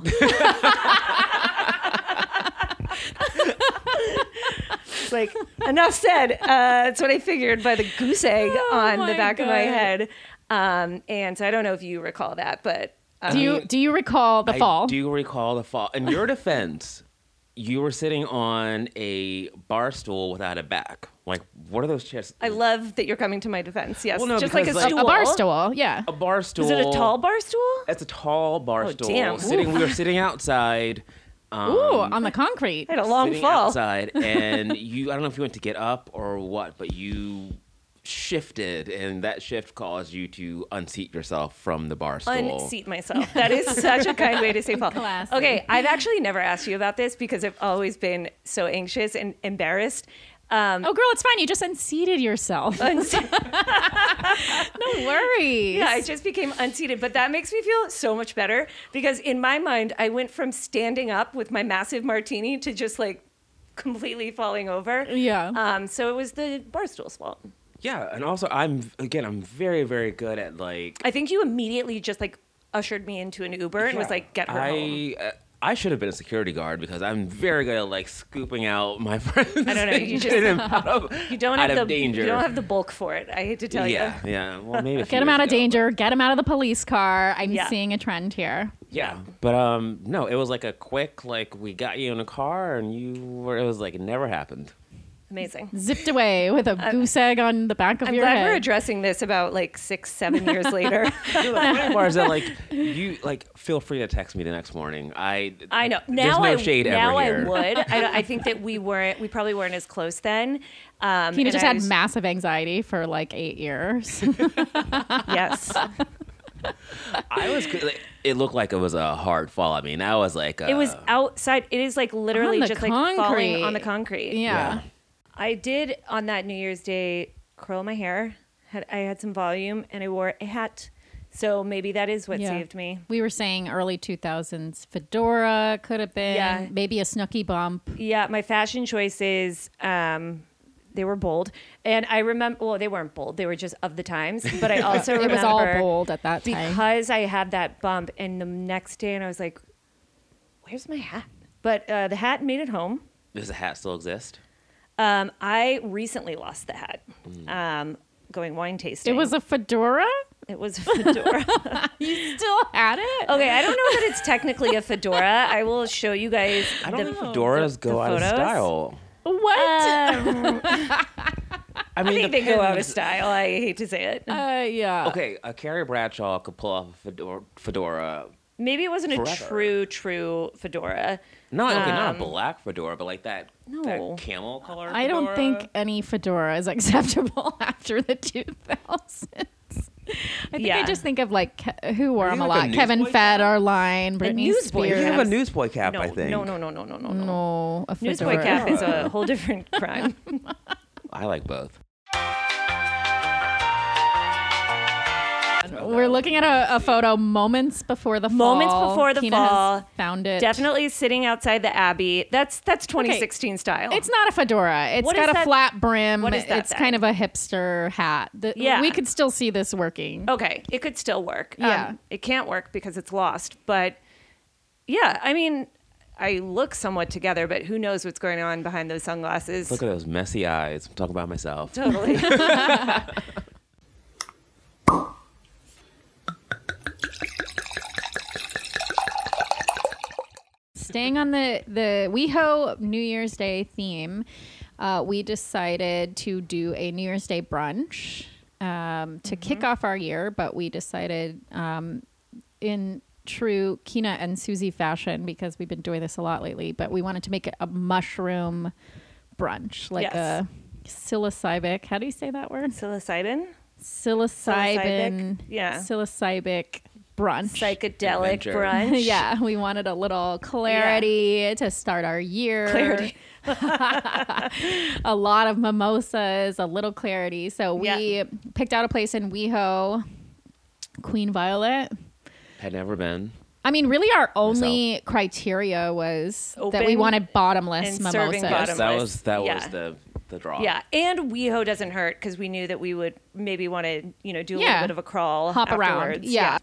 Speaker 2: It's like enough said. Uh, that's what I figured by the goose egg on the
Speaker 1: Oh my
Speaker 2: back of my
Speaker 1: God.
Speaker 2: head. Um, and so I don't know if you recall that, but um,
Speaker 1: Do you do you recall the fall?
Speaker 3: I do recall the fall. In your defense, you were sitting on a bar stool without a back. Like, what are those chairs?
Speaker 2: I love that you're coming to my defense. Yes,
Speaker 3: Well, no,
Speaker 2: just like a
Speaker 3: because, like-
Speaker 2: stool.
Speaker 1: a bar stool. Yeah.
Speaker 3: a bar stool.
Speaker 2: Is it a tall bar stool?
Speaker 3: It's a tall bar
Speaker 2: Oh,
Speaker 3: stool.
Speaker 2: damn.
Speaker 3: Sitting, we were sitting outside. Um,
Speaker 1: Ooh, on the concrete.
Speaker 2: I had a long
Speaker 3: sitting
Speaker 2: fall.
Speaker 3: outside, and you—I don't know if you went to get up or what, but you shifted, and that shift caused you to unseat yourself from the bar stool.
Speaker 2: Unseat myself. That is such a kind way to say fall.
Speaker 1: Classy.
Speaker 2: Okay, I've actually never asked you about this because I've always been so anxious and embarrassed. Um,
Speaker 1: Oh, girl, it's fine. You just unseated yourself.
Speaker 2: unse-
Speaker 1: No worries.
Speaker 2: Yeah, I just became unseated, but that makes me feel so much better because in my mind, I went from standing up with my massive martini to just like completely falling over.
Speaker 1: Yeah.
Speaker 2: Um. So it was the barstool's fault.
Speaker 3: Yeah, and also I'm again I'm very very good at like
Speaker 2: I think you immediately just like ushered me into an Uber and was
Speaker 3: Yeah.
Speaker 2: like, "Get her
Speaker 3: I,
Speaker 2: home."
Speaker 3: uh, I should have been a security guard because I'm very good at like scooping out my friends. I
Speaker 2: don't know, you just-
Speaker 3: out of,
Speaker 2: You don't
Speaker 3: out
Speaker 2: have
Speaker 3: of
Speaker 2: the
Speaker 3: danger.
Speaker 2: you don't have the bulk for it. I hate to tell
Speaker 3: yeah,
Speaker 2: you.
Speaker 3: yeah. Well, maybe a few
Speaker 1: Get him
Speaker 3: years
Speaker 1: out of
Speaker 3: ago, but-
Speaker 1: danger. Get him out of the police car. I'm
Speaker 2: Yeah.
Speaker 1: seeing a trend here.
Speaker 3: Yeah, but um, no, it was like a quick like we got you in a car and you were. It was like it never happened.
Speaker 2: Amazing.
Speaker 1: Zipped away with a goose egg on the back of
Speaker 2: I'm
Speaker 1: your
Speaker 2: glad
Speaker 1: head.
Speaker 2: we're addressing this about like six, seven years later.
Speaker 3: You know, the funny part is that like you like feel free to text me the next morning. I
Speaker 2: I know.
Speaker 3: There's
Speaker 2: Now
Speaker 3: no
Speaker 2: I
Speaker 3: shade ever
Speaker 2: now I
Speaker 3: here.
Speaker 2: would. I, don't- I think that we weren't. We probably weren't as close then. Um,
Speaker 1: Kina
Speaker 2: and
Speaker 1: just
Speaker 2: I
Speaker 1: had
Speaker 2: was-
Speaker 1: massive anxiety for like eight years.
Speaker 2: Yes,
Speaker 3: I was. Like, it looked like it was a hard fall. I mean, I was like
Speaker 2: it was
Speaker 3: uh,
Speaker 2: outside. It is like literally
Speaker 1: On the
Speaker 2: just like falling
Speaker 1: concrete.
Speaker 2: on the concrete.
Speaker 1: yeah.
Speaker 2: I did on that New Year's Day curl my hair. Had I had some volume and I wore a hat, so maybe that is what
Speaker 1: Yeah.
Speaker 2: saved me.
Speaker 1: We were saying early 2000s fedora could have been
Speaker 2: Yeah.
Speaker 1: maybe a snooky bump.
Speaker 2: Yeah, my fashion choices, um, they were bold, and I remember. Well, they weren't bold; they were just of the times. But I also
Speaker 1: it
Speaker 2: remember
Speaker 1: was all bold at that time.
Speaker 2: because I had that bump, and the next day, and I was like, "Where's my hat?" But uh, the hat made it home.
Speaker 3: Does the hat still exist?
Speaker 2: Um, I recently lost the hat. Um, going wine tasting.
Speaker 1: it was a fedora.
Speaker 2: it was a fedora.
Speaker 1: You still had it.
Speaker 2: okay, I don't know that it's technically a fedora. I will show you guys.
Speaker 3: I don't
Speaker 2: the-
Speaker 3: think fedoras go out of
Speaker 2: photos?
Speaker 3: style.
Speaker 2: Oh, uh,
Speaker 1: What?
Speaker 3: I mean,
Speaker 2: I think they go out of style. I hate to say it.
Speaker 1: Uh, yeah.
Speaker 3: Okay, uh, Carrie Bradshaw could pull off a fedora. fedora.
Speaker 2: Maybe it wasn't a
Speaker 3: Forever.
Speaker 2: true, true fedora.
Speaker 3: Not okay, not a black fedora, but like that,
Speaker 2: Um, No.
Speaker 3: that camel color.
Speaker 1: I don't
Speaker 3: fedora.
Speaker 1: think any fedora is acceptable after the 2000s. I think
Speaker 2: Yeah.
Speaker 1: I just think of like Ke- who wore
Speaker 3: you
Speaker 1: them a
Speaker 3: like a
Speaker 1: lot. Kevin
Speaker 3: newsboy cap?
Speaker 1: Federline, Britney
Speaker 2: newsboy
Speaker 3: You
Speaker 1: Spears.
Speaker 3: have a newsboy cap,
Speaker 2: No,
Speaker 3: I think.
Speaker 2: no, no, no, no, no, no, no.
Speaker 1: no, a
Speaker 2: Newsboy
Speaker 1: fedora.
Speaker 2: cap is a whole different crime.
Speaker 3: I like both.
Speaker 1: We're looking at a, a photo moments before the fall.
Speaker 2: Moments before the
Speaker 1: Kina has
Speaker 2: fall.
Speaker 1: found it.
Speaker 2: Definitely sitting outside the Abbey. That's that's 2016 style.
Speaker 1: It's not a fedora. It's
Speaker 2: What is
Speaker 1: got a
Speaker 2: that-
Speaker 1: flat brim.
Speaker 2: what is that
Speaker 1: it's
Speaker 2: then?
Speaker 1: kind of a hipster hat. The-
Speaker 2: Yeah.
Speaker 1: We could still see this working.
Speaker 2: okay. It could still work. Um,
Speaker 1: Yeah.
Speaker 2: it can't work because it's lost. But yeah, I mean, I look somewhat together, but who knows what's going on behind those sunglasses?
Speaker 3: Look at those messy eyes. I'm talking about myself.
Speaker 2: Totally.
Speaker 1: Staying on the the WeHo New Year's Day theme, uh, we decided to do a New Year's Day brunch um,
Speaker 2: Mm-hmm.
Speaker 1: to kick off our year. But we decided, um, in true Kina and Susie fashion, because we've been doing this a lot lately, but we wanted to make it a mushroom brunch, like
Speaker 2: Yes.
Speaker 1: a psilocybic. How do you say that word?
Speaker 2: Psilocybin,
Speaker 1: Psilocybin.
Speaker 2: Yeah.
Speaker 1: Psilocybic brunch.
Speaker 2: psychedelic
Speaker 3: Adventure.
Speaker 2: brunch.
Speaker 1: Yeah, we wanted a little clarity to start our year.
Speaker 2: Clarity.
Speaker 1: a lot of mimosas, a little clarity. So we
Speaker 2: Yeah.
Speaker 1: picked out a place in WeHo, Queen Violet.
Speaker 3: Had never been.
Speaker 1: I mean, really, our only criteria was that we
Speaker 2: Open
Speaker 1: wanted bottomless
Speaker 2: and
Speaker 1: mimosas.
Speaker 2: serving bottom-
Speaker 3: That was that
Speaker 2: Yeah.
Speaker 3: was the the draw.
Speaker 2: Yeah, and WeHo doesn't hurt because we knew that we would maybe want to, you know, do a
Speaker 1: Yeah.
Speaker 2: little bit of a crawl,
Speaker 1: hop around.
Speaker 2: afterwards.
Speaker 1: Yeah.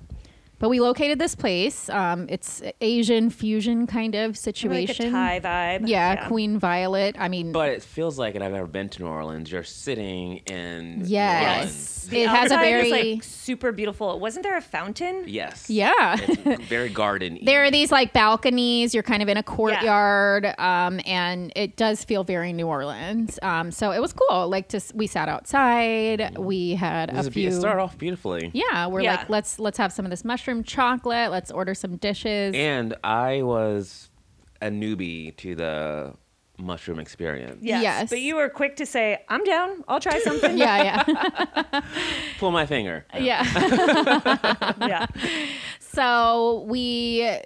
Speaker 1: But we located this place. Um, it's Asian fusion kind of
Speaker 2: Kinda like a
Speaker 1: situation.
Speaker 2: Thai vibe.
Speaker 1: yeah, Queen Violet. I mean,
Speaker 3: But it feels like it. I've ever been to New Orleans. You're sitting in New
Speaker 1: Yes.
Speaker 3: Orleans.
Speaker 2: The
Speaker 1: It has a
Speaker 2: outside is,
Speaker 1: very-
Speaker 2: like, super beautiful. Wasn't there a fountain?
Speaker 3: Yes.
Speaker 1: yeah.
Speaker 3: It's very garden.
Speaker 1: there are these like balconies. You're kind of in a courtyard, um, and it does feel very New Orleans. Um, so it was cool. Like, just we sat outside. We had
Speaker 3: It
Speaker 1: a
Speaker 3: be-
Speaker 1: few.
Speaker 3: it started off beautifully.
Speaker 1: yeah, we're
Speaker 2: Yeah.
Speaker 1: like, let's let's have some of this mushroom chocolate. Let's order some dishes.
Speaker 3: And I was a newbie to the mushroom experience.
Speaker 1: Yes.
Speaker 2: But you were quick to say, "I'm down. I'll try something."
Speaker 1: yeah, yeah,
Speaker 3: Pull my finger.
Speaker 1: yeah.
Speaker 2: yeah.
Speaker 1: So we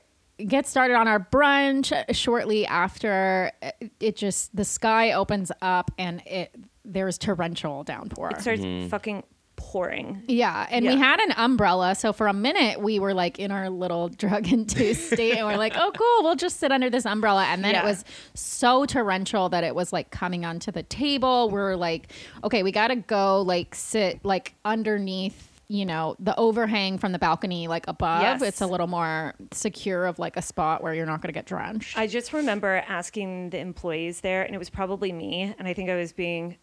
Speaker 1: get started on our brunch shortly after uh, it just the sky opens up and it there's torrential downpour.
Speaker 2: It starts
Speaker 3: Mm-hmm.
Speaker 2: fucking pouring.
Speaker 1: yeah, and we
Speaker 2: Yeah.
Speaker 1: had an umbrella, so for a minute we were like in our little drug-induced state, and we're like, "Oh, cool, we'll just sit under this umbrella." And then it
Speaker 2: Yeah.
Speaker 1: was so torrential that it was like coming onto the table. We're like, "Okay, we gotta go, like sit like underneath." You know, the overhang from the balcony, like above,
Speaker 2: Yes.
Speaker 1: it's a little more secure of like a spot where you're not going to get drenched.
Speaker 2: I just remember asking the employees there, and it was probably me, and I think I was being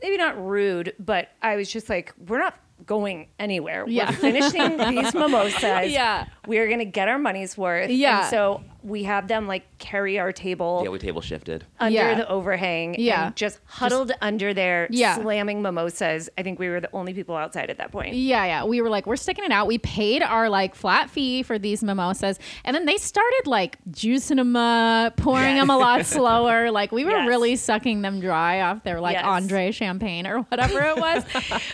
Speaker 2: maybe not rude, but I was just like, we're not going anywhere.
Speaker 1: Yeah.
Speaker 2: We're finishing these mimosas.
Speaker 1: Yeah.
Speaker 2: We are going to get our money's worth.
Speaker 1: Yeah.
Speaker 2: And so we have them like carry our table
Speaker 3: Yeah, we table shifted.
Speaker 2: under
Speaker 1: Yeah.
Speaker 2: the overhang
Speaker 1: Yeah.
Speaker 2: and just huddled under there,
Speaker 1: Yeah.
Speaker 2: slamming mimosas. I think we were the only people outside at that point.
Speaker 1: Yeah, yeah. We were like, we're sticking it out. We paid our like flat fee for these mimosas, and then they started like juicing them up, pouring
Speaker 2: Yes.
Speaker 1: them a lot slower. Like we were
Speaker 2: Yes.
Speaker 1: really sucking them dry off their like
Speaker 2: Yes.
Speaker 1: Andre champagne or whatever it was.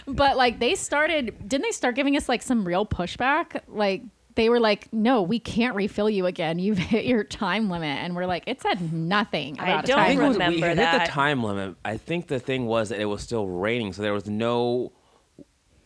Speaker 1: but like they started, didn't they start giving us like some real pushback? Like. They were like, "No, we can't refill you again. You've hit your time limit." And we're like, "It said nothing
Speaker 2: I
Speaker 1: about a
Speaker 2: don't
Speaker 1: time
Speaker 3: think it
Speaker 1: limit."
Speaker 3: was- we
Speaker 2: remember
Speaker 3: hit
Speaker 2: that.
Speaker 3: the time limit. I think the thing was that it was still raining, so there was no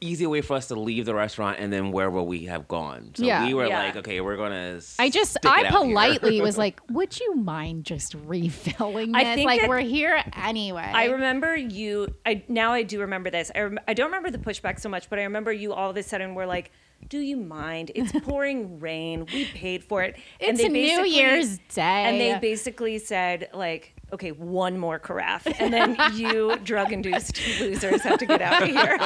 Speaker 3: easy way for us to leave the restaurant and then where will we have gone? So
Speaker 1: Yeah.
Speaker 3: we were
Speaker 2: Yeah.
Speaker 3: like, okay, we're gonna.
Speaker 1: I just,
Speaker 3: stick it
Speaker 1: I
Speaker 3: out here.
Speaker 1: politely was like, "Would you mind just refilling this?
Speaker 2: I think
Speaker 1: like
Speaker 2: that-
Speaker 1: we're here anyway."
Speaker 2: I remember you. I now I do remember this. I, rem- I don't remember the pushback so much, but I remember you all of a sudden were like, "Do you mind? It's pouring rain. We paid for it."
Speaker 1: It's New
Speaker 2: basically-
Speaker 1: Year's Day.
Speaker 2: And they basically said like, "Okay, one more carafe, and then you drug-induced losers have to get out of here."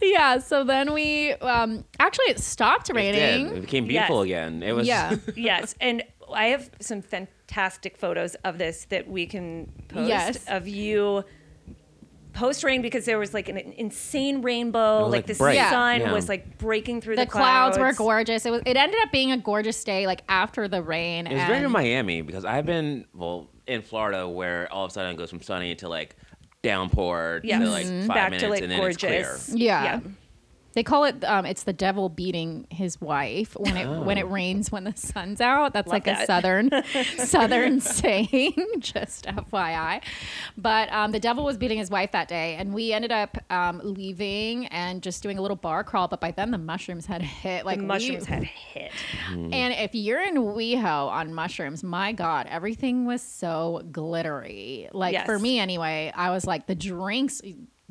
Speaker 1: yeah. So then we um actually it stopped
Speaker 3: It did. It
Speaker 1: raining.
Speaker 3: became beautiful
Speaker 2: Yes.
Speaker 3: again. It was.
Speaker 1: Yeah.
Speaker 2: yes, and I have some fantastic photos of this that we can post
Speaker 1: Yes.
Speaker 2: of you post rain because there was like an insane rainbow, like,
Speaker 3: was, like,
Speaker 2: the
Speaker 3: bright.
Speaker 2: sun
Speaker 3: Yeah.
Speaker 2: was like breaking through the,
Speaker 1: The clouds were gorgeous. It was. It ended up being a gorgeous day, like after the rain.
Speaker 3: It was
Speaker 1: and
Speaker 3: very Miami because I've been well in Florida where all of a sudden it goes from sunny to like downpour
Speaker 2: Yes. Mm-hmm.
Speaker 3: to like five
Speaker 2: Back
Speaker 3: minutes
Speaker 2: to like
Speaker 3: and then it's
Speaker 2: gorgeous.
Speaker 3: clear.
Speaker 1: Yeah. They call it. Um, it's the devil beating his wife when it when it rains when the sun's out. That's like a
Speaker 2: Oh. that.
Speaker 1: southern southern saying. Just FYI. But um, the devil was beating his wife that day, and we ended up um, leaving and just doing a little bar crawl. But by then the mushrooms had hit. Like
Speaker 2: The
Speaker 1: we-
Speaker 2: mushrooms had hit. Mm.
Speaker 1: And if you're in WeHo on mushrooms, my God, everything was so glittery. Like
Speaker 2: Yes.
Speaker 1: for me anyway, I was like the drinks.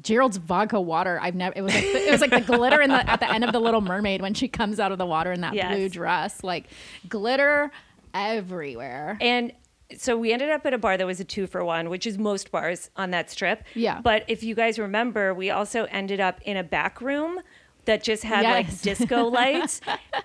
Speaker 1: Gerald's vodka water. I've never. It was like the, it was like the glitter in the at the end of the Little Mermaid when she comes out of the water in that
Speaker 2: Yes.
Speaker 1: blue dress, like glitter everywhere.
Speaker 2: And so we ended up at a bar that was a two for one, which is most bars on that strip.
Speaker 1: Yeah.
Speaker 2: But if you guys remember, we also ended up in a back room that just had
Speaker 1: Yes.
Speaker 2: like disco lights.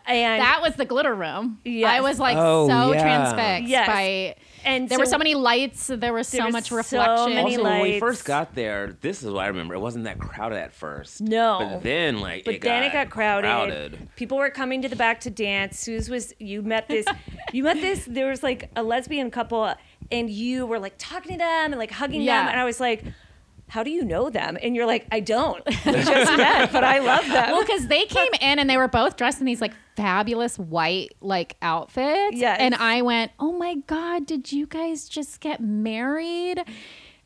Speaker 2: And
Speaker 1: that was the glitter room. Yeah,
Speaker 2: Yes.
Speaker 1: I was like
Speaker 3: Oh,
Speaker 1: so
Speaker 3: yeah.
Speaker 1: transfixed
Speaker 2: Yes.
Speaker 1: by.
Speaker 2: and
Speaker 1: There were so
Speaker 2: many.
Speaker 1: many lights. There was so
Speaker 2: was
Speaker 1: much
Speaker 2: so
Speaker 1: reflection.
Speaker 2: many
Speaker 3: Also, when we
Speaker 2: lights.
Speaker 3: first got there, this is what I remember. It wasn't that crowded at first.
Speaker 2: No.
Speaker 3: But then, like,
Speaker 2: But
Speaker 3: it
Speaker 2: then
Speaker 3: got
Speaker 2: it got crowded.
Speaker 3: crowded.
Speaker 2: People were coming to the back to dance. Suze was you met this you met this there was like a lesbian couple and you were like talking to them and like hugging
Speaker 1: Yeah.
Speaker 2: them and I was like how do you know them? And you're like, I don't. We just met, but I love them.
Speaker 1: Well, because they came in and they were both dressed in these like fabulous white like outfits.
Speaker 2: Yes.
Speaker 1: And I went, oh my God, did you guys just get married?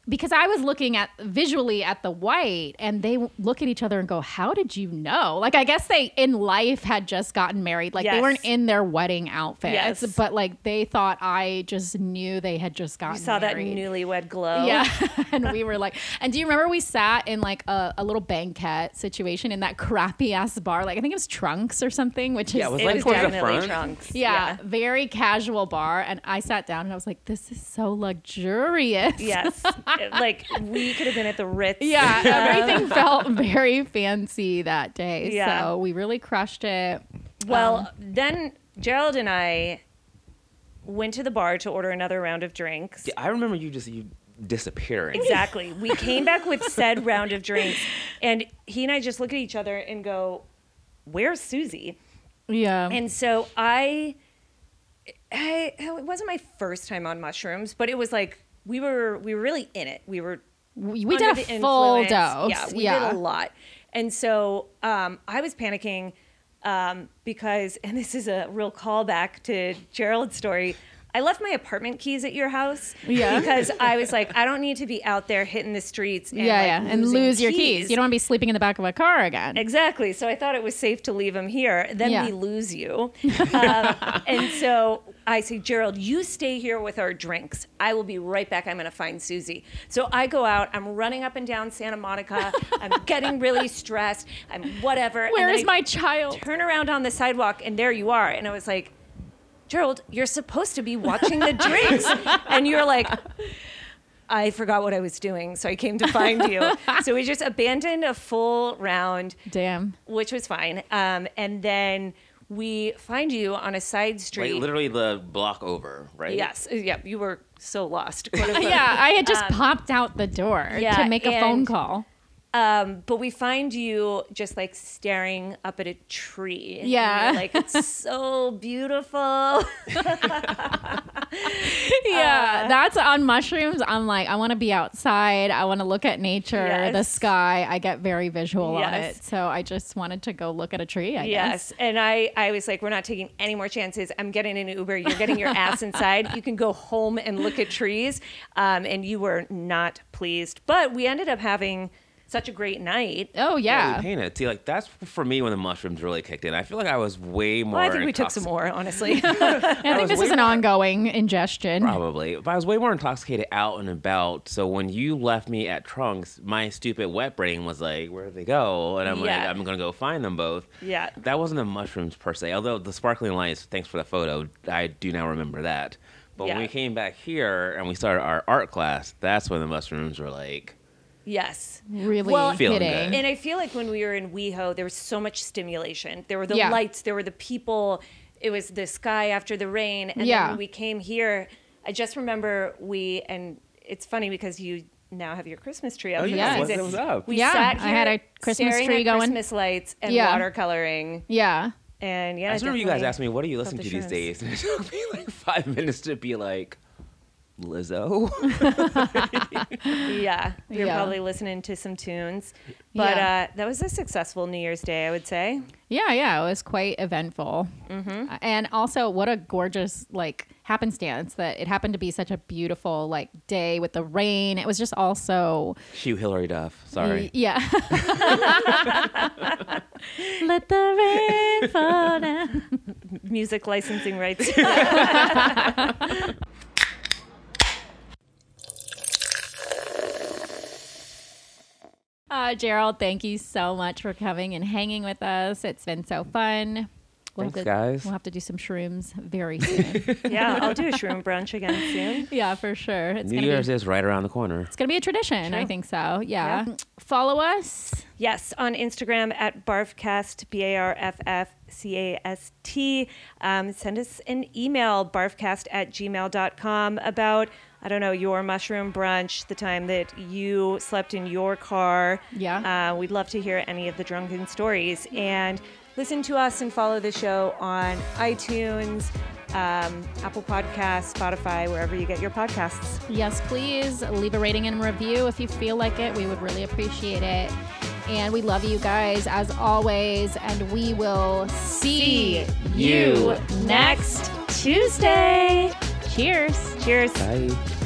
Speaker 1: because I was looking at visually at the white, and they w- look at each other and go, "How did you know?" Like I guess they in life had just gotten married, like they
Speaker 2: Yes.
Speaker 1: weren't in their wedding outfits,
Speaker 2: Yes.
Speaker 1: but like they thought I just knew they had just gotten.
Speaker 2: You saw that
Speaker 1: married.
Speaker 2: newlywed glow.
Speaker 1: Yeah. and we were like, and do you remember we sat in like a, a little banquet situation in that crappy ass bar? Like, I think it was Trunks or something, which
Speaker 3: Yeah,
Speaker 1: is.
Speaker 3: it was
Speaker 2: It
Speaker 3: like
Speaker 2: was
Speaker 3: towards the
Speaker 2: definitely
Speaker 3: front.
Speaker 2: trunks.
Speaker 1: yeah, very casual bar. And I sat down and I was like, this is so luxurious.
Speaker 2: Yes. It- like we could have been at the Ritz.
Speaker 1: Yeah, Um, everything felt very fancy that day.
Speaker 2: Yeah.
Speaker 1: So we really crushed it.
Speaker 2: Well, then Gerald and I went to the bar to order another round of drinks.
Speaker 3: I remember you just you disappearing.
Speaker 2: Exactly. We came back with said round of drinks, and he and I just look at each other and go, "Where's Susie?"
Speaker 1: Yeah.
Speaker 2: And so I, I oh, it wasn't my first time on mushrooms, but it was like we were we were really in it. We were
Speaker 1: we, we
Speaker 2: under
Speaker 1: did a
Speaker 2: the
Speaker 1: full
Speaker 2: influence.
Speaker 1: dose.
Speaker 2: Yeah, we did a lot. And so um, I was panicking um, because, and this is a real callback to Gerald's story. I left my apartment keys at your house
Speaker 1: Yeah.
Speaker 2: because I was like, I don't need to be out there hitting the streets and,
Speaker 1: yeah,
Speaker 2: like,
Speaker 1: yeah. And
Speaker 2: losing
Speaker 1: lose your keys. You don't want to be sleeping in the back of a car again.
Speaker 2: Exactly. So I thought it was safe to leave him here. Then
Speaker 1: Yeah.
Speaker 2: we lose you. Um, and so I say, Gerald, you stay here with our drinks. I will be right back. I'm going to find Susie. So I go out. I'm running up and down Santa Monica. I'm getting really stressed. I'm whatever. And
Speaker 1: Where
Speaker 2: then
Speaker 1: is
Speaker 2: I
Speaker 1: my child?
Speaker 2: Turn around on the sidewalk, and there you are. And I was like, Gerald, you're supposed to be watching the drinks. and you're like, I forgot what I was doing, so I came to find you. so we just abandoned a full round,
Speaker 1: Damn.
Speaker 2: which was fine. Um, and then we find you on a side street.
Speaker 3: Like literally the block over, right?
Speaker 2: yes, uh, yeah, you were so lost. quote unquote.
Speaker 1: yeah, I had just popped out the door
Speaker 2: Um, yeah,
Speaker 1: to make a phone
Speaker 2: and-
Speaker 1: call.
Speaker 2: Um, but we find you just like staring up at a tree. And
Speaker 1: Yeah.
Speaker 2: you're like it's so beautiful.
Speaker 3: Uh.
Speaker 1: Yeah, that's on mushrooms. I'm like, I want to be outside. I want to look at nature, the
Speaker 2: Yes.
Speaker 1: sky. I get very visual on
Speaker 2: Yes.
Speaker 1: it. So I just wanted to go look at a tree, I
Speaker 2: Yes.
Speaker 1: guess.
Speaker 2: And I, I was like, we're not taking any more chances. I'm getting an Uber. You're getting your ass inside. You can go home and look at trees. Um, and you were not pleased. But we ended up having such a great night.
Speaker 1: Oh,
Speaker 3: Yeah,
Speaker 1: yeah.
Speaker 3: we painted. See, like that's for me when the mushrooms really kicked in. I feel like I was way more.
Speaker 2: Well, I think we took some
Speaker 3: intoxic-
Speaker 2: more, honestly.
Speaker 1: And I think
Speaker 3: was
Speaker 1: this is
Speaker 3: way
Speaker 1: an ongoing ingestion.
Speaker 3: Probably, but I was way more intoxicated out and about. So when you left me at Trunks, my stupid wet brain was like, "Where would they go?" And I'm
Speaker 2: Yeah.
Speaker 3: like, "I'm gonna go find them both."
Speaker 2: Yeah.
Speaker 3: that wasn't the mushrooms per se. Although the sparkling lights, thanks for the photo, I do now remember that. But
Speaker 2: Yeah.
Speaker 3: when we came back here and we started our art class, that's when the mushrooms were like,
Speaker 2: yes.
Speaker 1: Really
Speaker 2: Well,
Speaker 3: Feeling
Speaker 1: hitting.
Speaker 2: And I feel like when we were in WeHo, there was so much stimulation. There were the
Speaker 1: Yeah.
Speaker 2: lights, there were the people, it was the sky after the rain. And
Speaker 1: Yeah.
Speaker 2: then when we came here, I just remember we, and it's funny because you now have your Christmas tree up.
Speaker 3: Oh,
Speaker 2: for the
Speaker 1: yeah,
Speaker 2: season.
Speaker 3: it was up.
Speaker 2: We
Speaker 1: Yeah,
Speaker 2: sat
Speaker 1: I
Speaker 2: here
Speaker 1: had a Christmas
Speaker 2: staring
Speaker 1: tree
Speaker 2: at
Speaker 1: going.
Speaker 2: Christmas lights and
Speaker 1: Yeah.
Speaker 2: watercoloring.
Speaker 1: yeah.
Speaker 2: And yeah,
Speaker 3: I just remember you guys
Speaker 2: definitely-
Speaker 3: asked me, "What do you listen to
Speaker 2: the
Speaker 3: these
Speaker 2: shrooms.
Speaker 3: days?" And it took me like five minutes to be like, "Lizzo."
Speaker 2: Yeah, we were
Speaker 1: Yeah.
Speaker 2: probably listening to some tunes. But
Speaker 1: Yeah.
Speaker 2: uh, that was a successful New Year's Day, I would say.
Speaker 1: Yeah, yeah, it was quite eventful. Mm-hmm. And also, what a gorgeous like happenstance that it happened to be such a beautiful like day with the rain. It was just also
Speaker 3: Shoot, Hillary Duff. Sorry.
Speaker 1: yeah. Let the rain fall down.
Speaker 2: Music licensing rights.
Speaker 1: Uh, Gerald, thank you so much for coming and hanging with us. It's been so fun.
Speaker 3: Thanks,
Speaker 1: have to,
Speaker 3: guys.
Speaker 1: We'll have to do some shrooms very soon.
Speaker 2: yeah, I'll do a shroom brunch again soon.
Speaker 1: yeah, for sure. It's
Speaker 3: New
Speaker 1: gonna
Speaker 3: Year's
Speaker 1: be.
Speaker 3: is right around the corner.
Speaker 1: It's gonna be a tradition. I
Speaker 2: True.
Speaker 1: think so. Yeah.
Speaker 2: Yeah.
Speaker 1: Follow us.
Speaker 2: Yes, on Instagram at barfcast, B A R F F C A S T. Um, send us an email, barfcast at gmail.com, about, I don't know, your mushroom brunch, the time that you slept in your car.
Speaker 1: Yeah.
Speaker 2: Uh, we'd love to hear any of the drunken stories. And listen to us and follow the show on iTunes, um, Apple Podcasts, Spotify, wherever you get your podcasts.
Speaker 1: Yes, please leave a rating and review if you feel like it. We would really appreciate it. And we love you guys as always. And we will see,
Speaker 3: you
Speaker 1: next Tuesday. Cheers.
Speaker 2: Cheers.
Speaker 3: Bye.